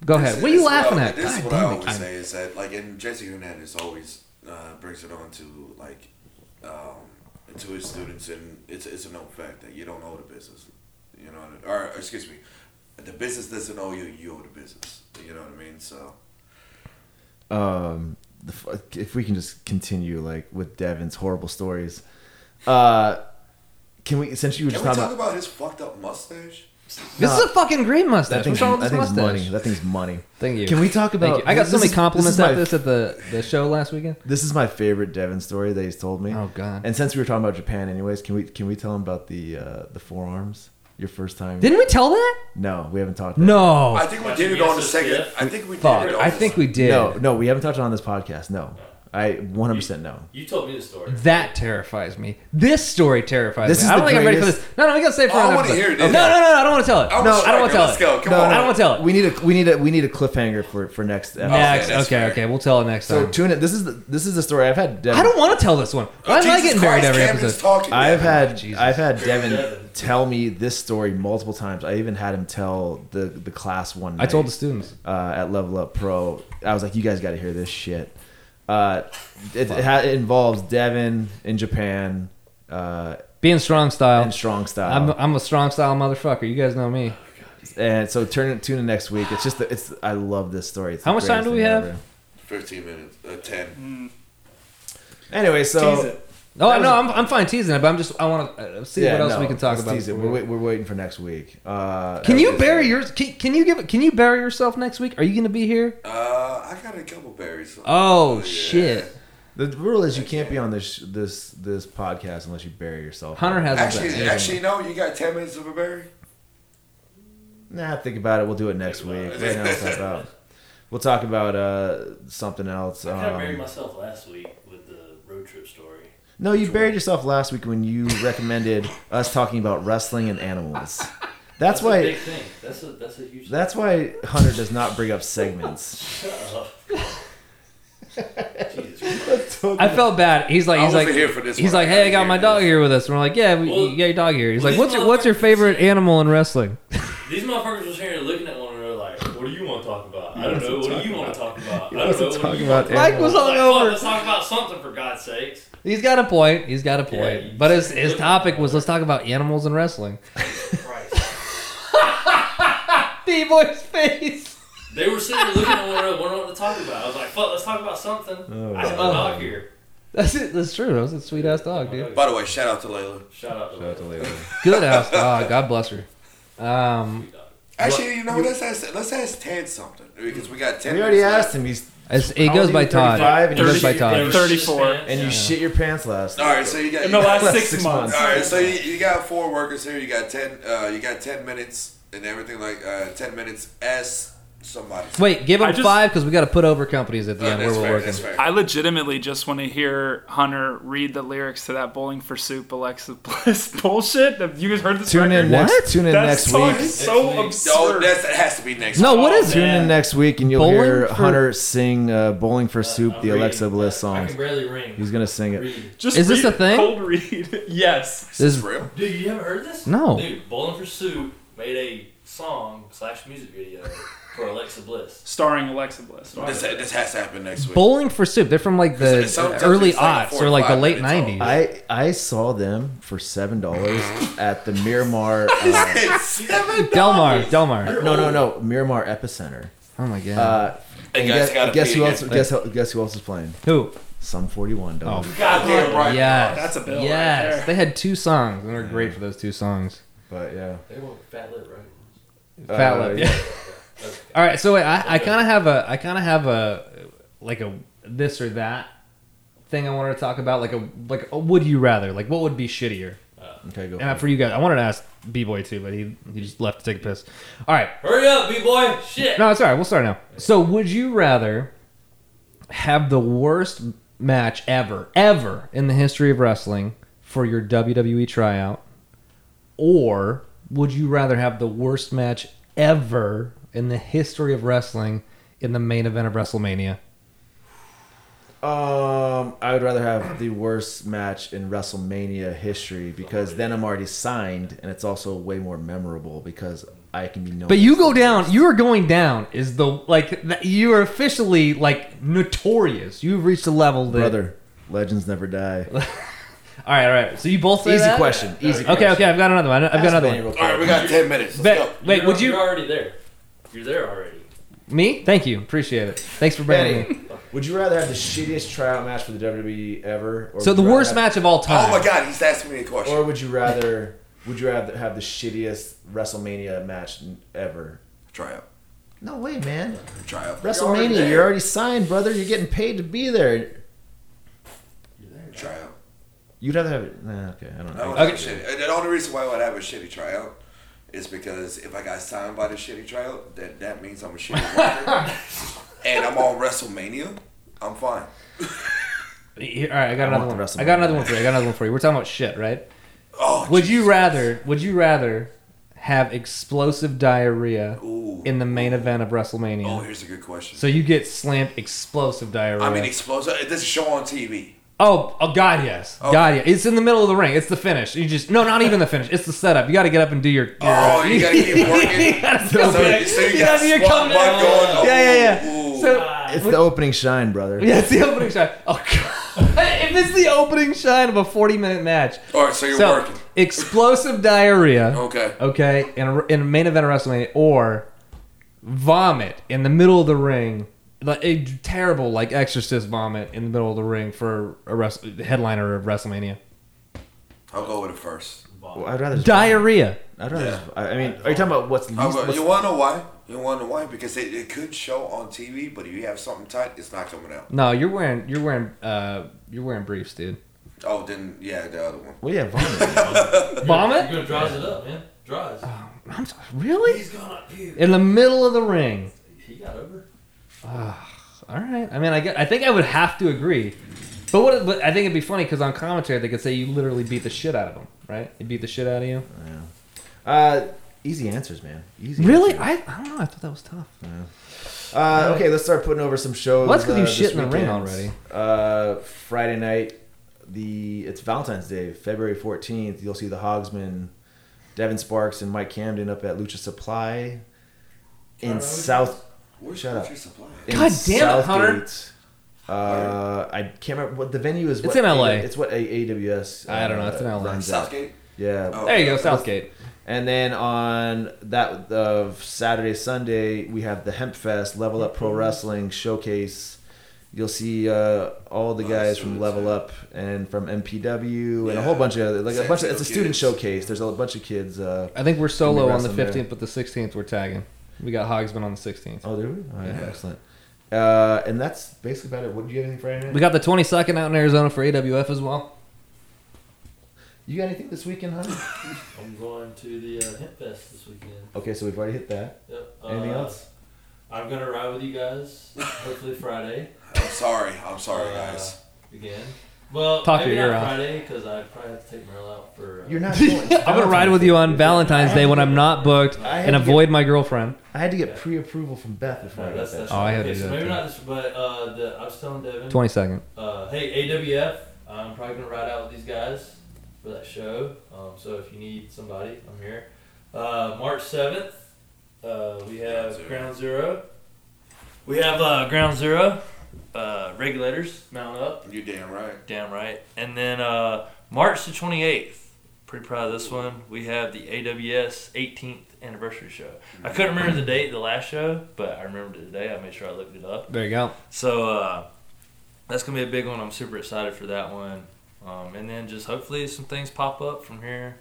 A: Go ahead.
D: This
A: What are you
D: is
A: laughing
D: I-
A: at?
D: This is
A: God
D: what I
A: damn it,
D: always
A: Kyle.
D: say is that like, and Jesse Hernandez always uh, brings it on to like um, to his students, and it's it's a known fact that you don't owe the business, you know, what I- or excuse me, the business doesn't owe you, you owe the business, you know what I mean? So
B: um, the fuck- if we can just continue like with Devin's horrible stories, uh, can we? Since you were
D: can
B: just
D: we talk
B: talking
D: about,
B: about,
D: his fucked up mustache?
A: This is a fucking green
B: that
A: mustache.
B: thing's,
A: What's wrong with
B: that
A: this
B: thing's
A: mustache?
B: money. That thing's money.
A: Thank you.
B: Can we talk
A: Thank
B: about?
A: you. I got so
B: this
A: many
B: is-
A: compliments
B: this is
A: at
B: my-
A: this at the, the show last weekend.
B: This is my favorite Devin story that he's told me.
A: Oh, God.
B: And since we were talking about Japan, anyways, can we can we tell him about the uh, the forearms? Your first time?
A: Didn't we tell that?
B: no, we haven't talked.
A: No.
D: I think we
C: That's
D: did
C: a
D: it on the
C: guess,
D: second.
C: yeah.
D: I think we did
A: Oh. Fuck.
D: it. On
A: I
D: the
A: think we did.
B: no, no, we haven't touched it on this podcast. No, I 100 percent no.
C: You told me
B: [LAUGHS]
C: the story.
A: That terrifies me. This story terrifies
B: This
A: me.
B: is
A: I don't
B: the
A: think I'm ready for
B: greatest-
A: this. No, no, we gotta save it for
D: Oh, I
A: another
D: wanna
A: episode.
D: hear it, dude.
A: No, no, no, no, I don't want to tell it.
D: I'm a
A: no, I don't
D: striker.
A: want to tell
D: Let's
A: it.
D: go. Come
A: no,
D: on.
A: I don't want to tell it.
B: We Oh, need a we need a we need a cliffhanger for for next. Episode.
A: Next, okay,
D: that's
A: okay,
D: fair.
A: we'll tell it next
B: So
A: time.
B: tune in. This is the, this is the story I've had. Devin,
A: I don't want to tell this one.
B: Oh,
A: Why am I
D: Jesus
A: getting married
D: Christ,
A: every
D: Kevin's
A: episode?
D: Talking,
B: I've had
A: Jesus.
B: I've had Devin tell me this story multiple times. I even had him tell the the class one.
A: I
B: Night.
A: told the students.
B: uh, at Level Up Pro. I was like, you guys got to hear this shit. Uh, it, it, ha- it involves Devin in Japan uh,
A: Being strong style.
B: and Strong Style.
A: Oh. I'm, I'm a strong style motherfucker. You guys know me. Oh,
B: and so turn it tune in next week. It's just the, it's I love this story. It's the
A: How much time
B: greatest
A: do we
B: thing
A: have?
B: ever.
D: Fifteen minutes, uh, ten.
B: Anyway,
E: Tease
B: so
E: it.
A: No,
B: That
A: I
B: was
A: know.
B: a-
A: I'm, I'm fine teasing it, but I'm just I want to uh, see
B: yeah,
A: what else
B: no,
A: we can talk
B: let's
A: about.
B: tease it. We're, wait- we're waiting for next week. Uh,
A: Can
B: that
A: you
B: was-
A: bury yours? Can, can you give? Can you bury yourself next week? Are you going to be here?
D: Uh, I got a couple berries.
A: Oh
D: yeah.
A: shit!
B: The rule is you can't be on this this this podcast unless you bury yourself.
A: Hunter has
D: Actually,
A: that.
D: actually, no. You got ten minutes of a berry.
B: Nah, think about it. We'll do it next
E: [LAUGHS]
B: week. Right now, it's not about. We'll talk about uh, something else.
C: I kind of buried
B: Um,
C: myself last week with the road trip story.
B: No, you buried yourself last week when you recommended us talking about wrestling and animals. That's
C: a
B: why.
C: big thing. That's a that's a huge.
B: That's why Hunter does not bring up segments.
C: Jesus Christ.
A: I felt bad. He's like,
D: I
A: he's like,
D: wasn't here for this
A: he's
D: one.
A: like,
D: I
A: hey, I
D: gotta
A: got
D: hear
A: my
D: this.
A: dog here with us. And we're like, yeah, we,
C: Well-
A: you got your dog here. He's like,
C: well, these
A: what's your, what's your
C: motherfuckers-
A: favorite animal in wrestling?
C: These motherfuckers was here looking at one another like, "What do you want to talk about? I don't know. What do you want to talk about? I don't know. What do you want
B: about
C: to
A: Mike was
B: animals.
A: all
C: talk about?
A: over.
C: Let's talk about something for God's sakes."
A: He's got a point. He's got a point.
C: you-
A: but his his topic was let's talk about animals and wrestling. [LAUGHS]
C: Christ.
A: B boy's face.
C: They were sitting there looking at one another, wondering what to talk about. I was like, "Fuck, let's talk about something."
B: Oh,
C: I have a dog here.
A: That's it. That's true. That was a sweet ass dog, dude.
D: By the way, shout out to Layla.
C: Shout out to
B: Shout out to
C: Layla.
B: Leland.
A: Good ass dog. God bless her. Um,
D: Actually, you know, let's ask let's ask Ted something because we got ten.
B: We already
D: minutes
B: asked him. He's
A: it's, it
B: How
A: goes
B: old
A: by
B: are you? 35?
A: Todd. It goes by
E: Thirty-
A: Todd.
E: thirty- 34.
B: and you shit your pants last.
D: Left. All right, so you got.
E: In
A: [LAUGHS]
E: the last
B: Last
E: six,
B: six
E: months.
D: all right, so you, you got four workers here. You got ten. Uh, you got ten minutes and everything like uh, ten minutes. Ask somebody.
A: Wait, give him
E: I just-
A: five because we got to put over companies at the
D: Uh,
A: end where
D: that's
A: we're
D: fair.
A: working.
D: That's fair.
E: I legitimately just want to hear Hunter read the lyrics to that Bowling for Soup Alexa Bliss [LAUGHS] bullshit. Have you guys heard this?
B: Tune in
E: record?
B: next. Tune in
E: That
B: next
E: song
B: week.
E: is so
C: Next week.
D: No,
E: absurd.
D: that's, that has to be next.
A: No,
D: week.
A: what
C: Oh,
A: is
C: man.
B: Tune in next week, and you'll
A: Bowling
B: hear
A: for-
B: Hunter sing uh, "Bowling for Soup,"
C: I'm
B: the
C: reading.
B: Alexa Bliss
C: I
B: song.
C: can barely ring.
B: He's gonna sing it.
C: Read.
E: Just
A: Is this
E: read
A: a
E: it.
A: thing?
E: Cold read. [LAUGHS] yes.
A: This
D: It's
A: is
D: real.
C: Dude, you haven't heard this?
A: No.
C: Dude, Bowling for Soup made a song slash music video for Alexa Bliss.
E: Starring Alexa Bliss.
D: This, this has to happen next week. [LAUGHS]
A: Bowling for Soup. They're from like the
D: It's- it sounds
A: early
D: like
A: aughts
D: four
A: or
D: or
A: like the
D: five
A: late
D: minutes
A: '90s.
B: I I saw them for seven dollars at the Miramar. uh,
D: Seven.
A: Delmar, Delmar.
B: no, no, no, Miramar Epicenter.
A: Oh my god.
B: Uh,
D: Hey,
B: and
D: guys,
B: guess,
D: I gotta
B: guess
D: pee
B: who
D: again.
B: else? Guess, who- guess who else is playing?
A: Who?
B: Some 41, dog.
D: Goddamn right. Oh,
A: yes.
E: that's a bill right
A: Yes.
E: there.
A: they had two songs, and they're great for those two songs.
B: But yeah.
C: They want Fat Lip, right?
A: Fat
B: Uh,
A: Lip. [LAUGHS]
B: yeah.
A: All right. So wait, I, I kind of have a. I kind of have a. like a this or that thing I wanted to talk about, like a like a would you rather, like what would be shittier?
B: Okay, go.
A: And uh, for you guys, I wanted to ask B boy too, but he he just left to take a piss. All right,
C: Hurry up, b boy. Shit.
A: no, it's all right. We'll start now. So, would you rather have the worst match ever, ever in the history of wrestling for your WWE tryout, or would you rather have the worst match ever in the history of wrestling in the main event of WrestleMania?
B: Um, I would rather have the worst match in WrestleMania history because then I'm already signed, and it's also way more memorable because I can be known.
A: But you go down. You are going down. Is the like th- you are officially like notorious. You've reached a level that.
B: brother. Legends never die.
A: All right, all right. So you both say
B: Easy
A: that?
B: question. Easy.
A: Okay, okay. I've got another one. I've got another one.
D: All right, we got ten minutes. Let's go.
A: Bet- wait,
C: You're-
A: would you?
C: You're already there. You're there already.
A: Me? Thank you. Appreciate it. Thanks for bringing me.
B: Benny, would you rather have the shittiest tryout match for the WWE ever? Or
A: So
B: would
A: the
B: you rather
A: worst
B: have-
A: match of all
D: Oh
A: time.
D: my God, he's asking me a question.
B: Or would you rather? Would you rather have the shittiest WrestleMania match n- ever?
D: Try out.
B: No way, man.
D: Try out.
B: WrestleMania, you're already, signed, brother. You're getting paid to be there.
D: Try out.
B: You'd rather have it. Nah, okay, I don't
D: I
B: know.
D: don't have a shitty. And the only reason why I would have a shitty tryout is because if I got signed by the shitty tryout, that that means I'm a shitty worker,
A: [LAUGHS]
D: and I'm on WrestleMania. I'm fine.
A: Here- All right, I got
B: I want
A: another
B: the
A: one.
B: rest of
A: I got
B: mine.
A: another one for you. I got another one for you. We're talking about shit, right?
D: Oh,
A: Would you
D: Jesus.
A: rather? Would you rather have explosive diarrhea
D: Ooh.
A: in the main event of
D: Oh,
A: WrestleMania?
D: here's a good question.
A: So uh, you get slammed explosive diarrhea.
D: I mean, explosive. This is show on TV.
A: oh, oh God, yes,
D: Okay.
A: God, yeah. It's in the middle of the ring. It's the finish. You just no, not even the finish. It's the setup. You got to get up and do your.
D: Oh, you gotta
A: [LAUGHS]
D: keep working.
A: gotta go
D: So,
A: back.
D: so you
A: You gotta
D: got
A: do your
D: one
A: comeback.
D: butt going.
A: Yeah, yeah, yeah.
D: ooh, ooh.
A: So
B: It's the opening shine, brother.
A: [LAUGHS] Yeah, it's the opening shot. Oh god! [LAUGHS] if it's the opening shot of a forty-minute match,
D: All right, so you're
A: so
D: working.
A: explosive diarrhea.
D: Okay.
A: Okay, in a, in a main event of WrestleMania, or vomit in the middle of the ring, like a terrible like exorcist vomit in the middle of the ring for a wrest- headliner of WrestleMania.
D: I'll go with it first.
B: Well, I'd rather.
A: Diarrhea.
B: I'd rather. I I mean, are you talking about what's least?
D: I'll go-
B: what's-
D: you wanna know why? You wanna know why? Because it, it could show on TV, but if you have something tight, it's not coming out.
A: No, you're wearing you're wearing uh you're wearing briefs,
D: [LAUGHS]
A: dude.
D: Oh, then yeah, the other one.
B: well, [LAUGHS] yeah, vomit.
C: You're
A: Vomit?
C: gonna draws it up, man. Draws.
A: I'm so- really?
C: He's gonna puke.
A: In the middle of the ring.
C: He got over.
A: All right. I mean, I, get, I think I would have to agree. But what? But I think it'd be funny because on commentary they could say you literally beat the shit out of them, right? You beat the shit out of you.
B: uh, easy answers, man. Easy.
A: Really?
B: answers.
A: I, I don't know. I thought that was tough.
B: Uh, okay, let's start putting over some shows.
A: Well, that's 'cause you
B: uh, this
A: shit in the ring
B: weekend.
A: already.
B: Uh, Friday night, the it's Valentine's Day, February fourteenth. You'll see the Hogsman, Devin Sparks, and Mike Camden up at Lucha Supply in South.
D: Where's,
B: Shut
D: where's
B: up.
D: your supply?
B: in
A: God damn it, Hunter.
B: Southgate. Uh, I can't remember what the venue is.
A: It's
B: what
A: in LA.
B: It's what A- AWS.
A: I don't know,
B: uh,
A: it's in LA.
B: runs at.
D: Southgate.
B: Yeah.
D: Oh.
A: There you go, Southgate.
B: And then on that uh, Saturday, Sunday, we have the Hemp Fest Level Up Pro Wrestling Showcase. You'll see uh, all the
D: Oh,
B: guys
D: so
B: from
D: it's-
B: Level Up and from MPW and a whole
D: Yeah.
B: bunch of like a
D: San
B: bunch. Of,
D: Diego
B: it's a student
D: kids.
B: showcase. There's a bunch of kids. Uh,
A: I think we're solo
B: Maybe
A: on the
B: wrestling there.
A: fifteenth, but the sixteenth we're tagging. We got Hogsman on the sixteenth.
B: oh, do we? All right,
A: Yeah.
B: excellent. Uh, and that's basically about it. What do you have anything for Friday night?
A: We got the twenty second out in Arizona for AWF as [LAUGHS] well.
B: you got anything this weekend, huh?
C: I'm going to the uh, Hemp Fest this weekend.
B: okay, so we've already hit that.
C: Yep.
B: Anything
C: Uh,
B: else?
C: I'm gonna ride with you guys. Hopefully Friday
D: I'm Oh, sorry. I'm sorry,
C: Uh,
D: guys.
C: again. Well,
A: Talk
C: maybe
A: your ear
C: not
A: off.
C: Friday because I probably have to take Merle out for. Uh,
B: You're not. Going.
A: [LAUGHS] I'm gonna ride with you on Valentine's Day when I'm not booked
B: I had
A: and
B: to get-
A: avoid my girlfriend.
B: I had to get pre-approval from Beth before I
C: no,
B: got
C: uh, that's,
B: that.
C: that's
A: Oh, I had to
C: okay,
A: do
C: so
A: that
C: maybe
A: too.
C: not this, but uh, the, I was telling Devin.
A: Twenty second.
C: Uh, hey, AWF, I'm probably gonna ride out with these guys for that show. Um, so if you need somebody, I'm here. Uh, March seventh, uh, we have
D: Ground Zero.
C: Ground Zero. We have uh, Ground Zero. Uh, regulators, mount up.
D: You damn right.
C: Damn right. And then uh, March the 28th, pretty proud of this one, we have the AWS 18th anniversary show. I couldn't remember the date of the last show, but I remembered it today. I made sure I looked it up.
A: There you go.
C: So uh, that's going to be a big one. I'm super excited for that one. Um, and then just hopefully some things pop up from here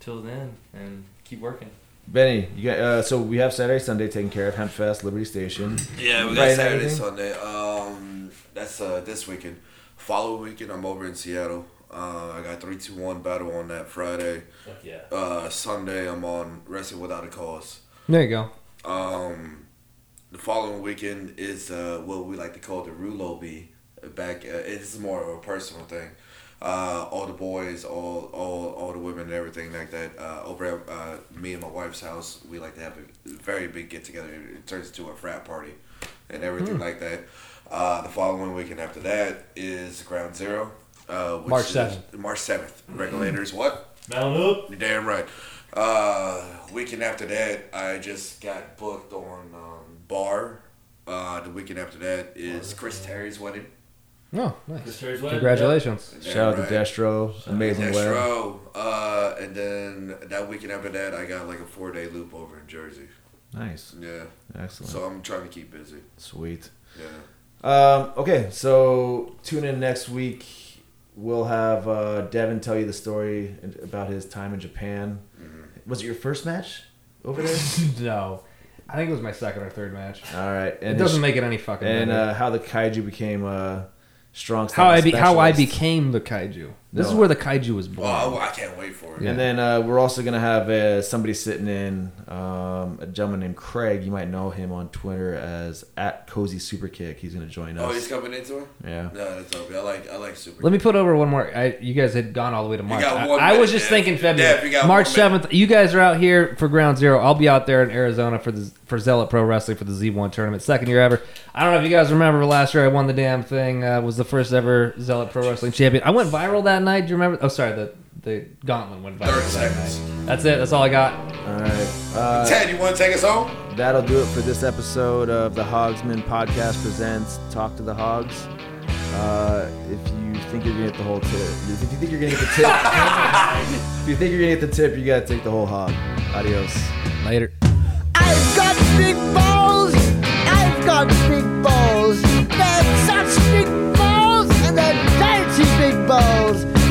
C: till then and keep working.
B: Benny, you got, uh, so we have Saturday, Sunday taken care of. Hempfest, Liberty Station.
D: Yeah, we
B: Right,
D: got Saturday,
B: everything?
D: Sunday. Um, that's uh, this weekend. Following weekend, I'm over in Seattle. Uh, I got three, two, one battle on that Friday.
C: Fuck yeah.
D: Uh, Sunday, I'm on Wrestling Without a Cause.
A: There you go.
D: Um, the following weekend is uh, what we like to call the Rulo B. Back, uh, it's more of a personal thing. Uh, all the boys, all, all, all the women, and everything like that. Uh, over at uh, me and my wife's house, we like to have a very big get together. It turns into a frat party, and everything like that. Uh, the following weekend after that is Ground Zero. Uh, which
A: March
D: is-
A: 7th.
D: March seventh. Regulators, what?
C: Mount up.
D: You're damn right. Uh, weekend after that, I just got booked on um, bar. Uh, the weekend after that is Chris Terry's wedding.
A: Oh, nice.
C: This year's wedding.
A: Congratulations.
D: Damn
B: Shout out
D: right.
B: to Destro, amazing
D: Yes,
B: wear.
D: bro. Uh, and then that weekend after that, I got like a four day loop over in Jersey.
B: Nice,
D: Yeah.
B: excellent,
D: So I'm trying to keep busy.
B: sweet.
D: Yeah.
B: Um, okay, so tune in next week. We'll have uh, Devin tell you the story about his time in Japan. Was it your first match
A: [LAUGHS]
B: over there?
A: no. I think it was my second or third match.
B: All right,
A: It
B: and
A: doesn't make it any fucking
B: and
A: better.
B: uh, how the kaiju became uh, strong.
A: how I be,
B: style
A: how I
B: specialist.
A: became the kaiju. This is
B: No.
A: where the kaiju was born.
D: Oh, I, I can't wait for it.
A: Yeah.
B: And then uh, we're also gonna have uh, somebody sitting in, um, a gentleman named Craig. You might know him on Twitter as at Cozy Superkick. He's gonna join us.
D: Oh, he's coming into it.
B: yeah.
D: No, that's okay. I like I like super.
A: Let me put over one more. I, you guys had gone all the way to March.
D: got
A: I,
D: one
A: I was
D: minute,
A: just
D: Dave.
A: thinking February,
D: Dave, you got
A: March
D: one minute.
A: seventh. You guys are out here for Ground Zero. I'll be out there in Arizona for the for Zealot Pro Wrestling for the Z1 tournament, second year ever. I don't know if you guys remember last year. I won the damn thing. Uh, was the first ever Zealot Pro Wrestling champion. I went viral that night. Do you remember? Oh, sorry, the the gauntlet went viral.
D: Thirty
A: that
D: seconds.
A: night. That's it. That's all I got.
B: All right. Uh,
D: [LAUGHS] Ted, you want to take us home?
B: that'll do it for this episode of the Hogsman Podcast presents Talk to the Hogs. Uh, if you think you're gonna get the whole tip, if you think you're gonna get the
D: [LAUGHS]
B: tip, if you think you're gonna get the tip, you gotta take the whole hog. Adios.
A: Later.
F: I've got big balls. I've got big balls. They're such big balls, and they're dainty big balls.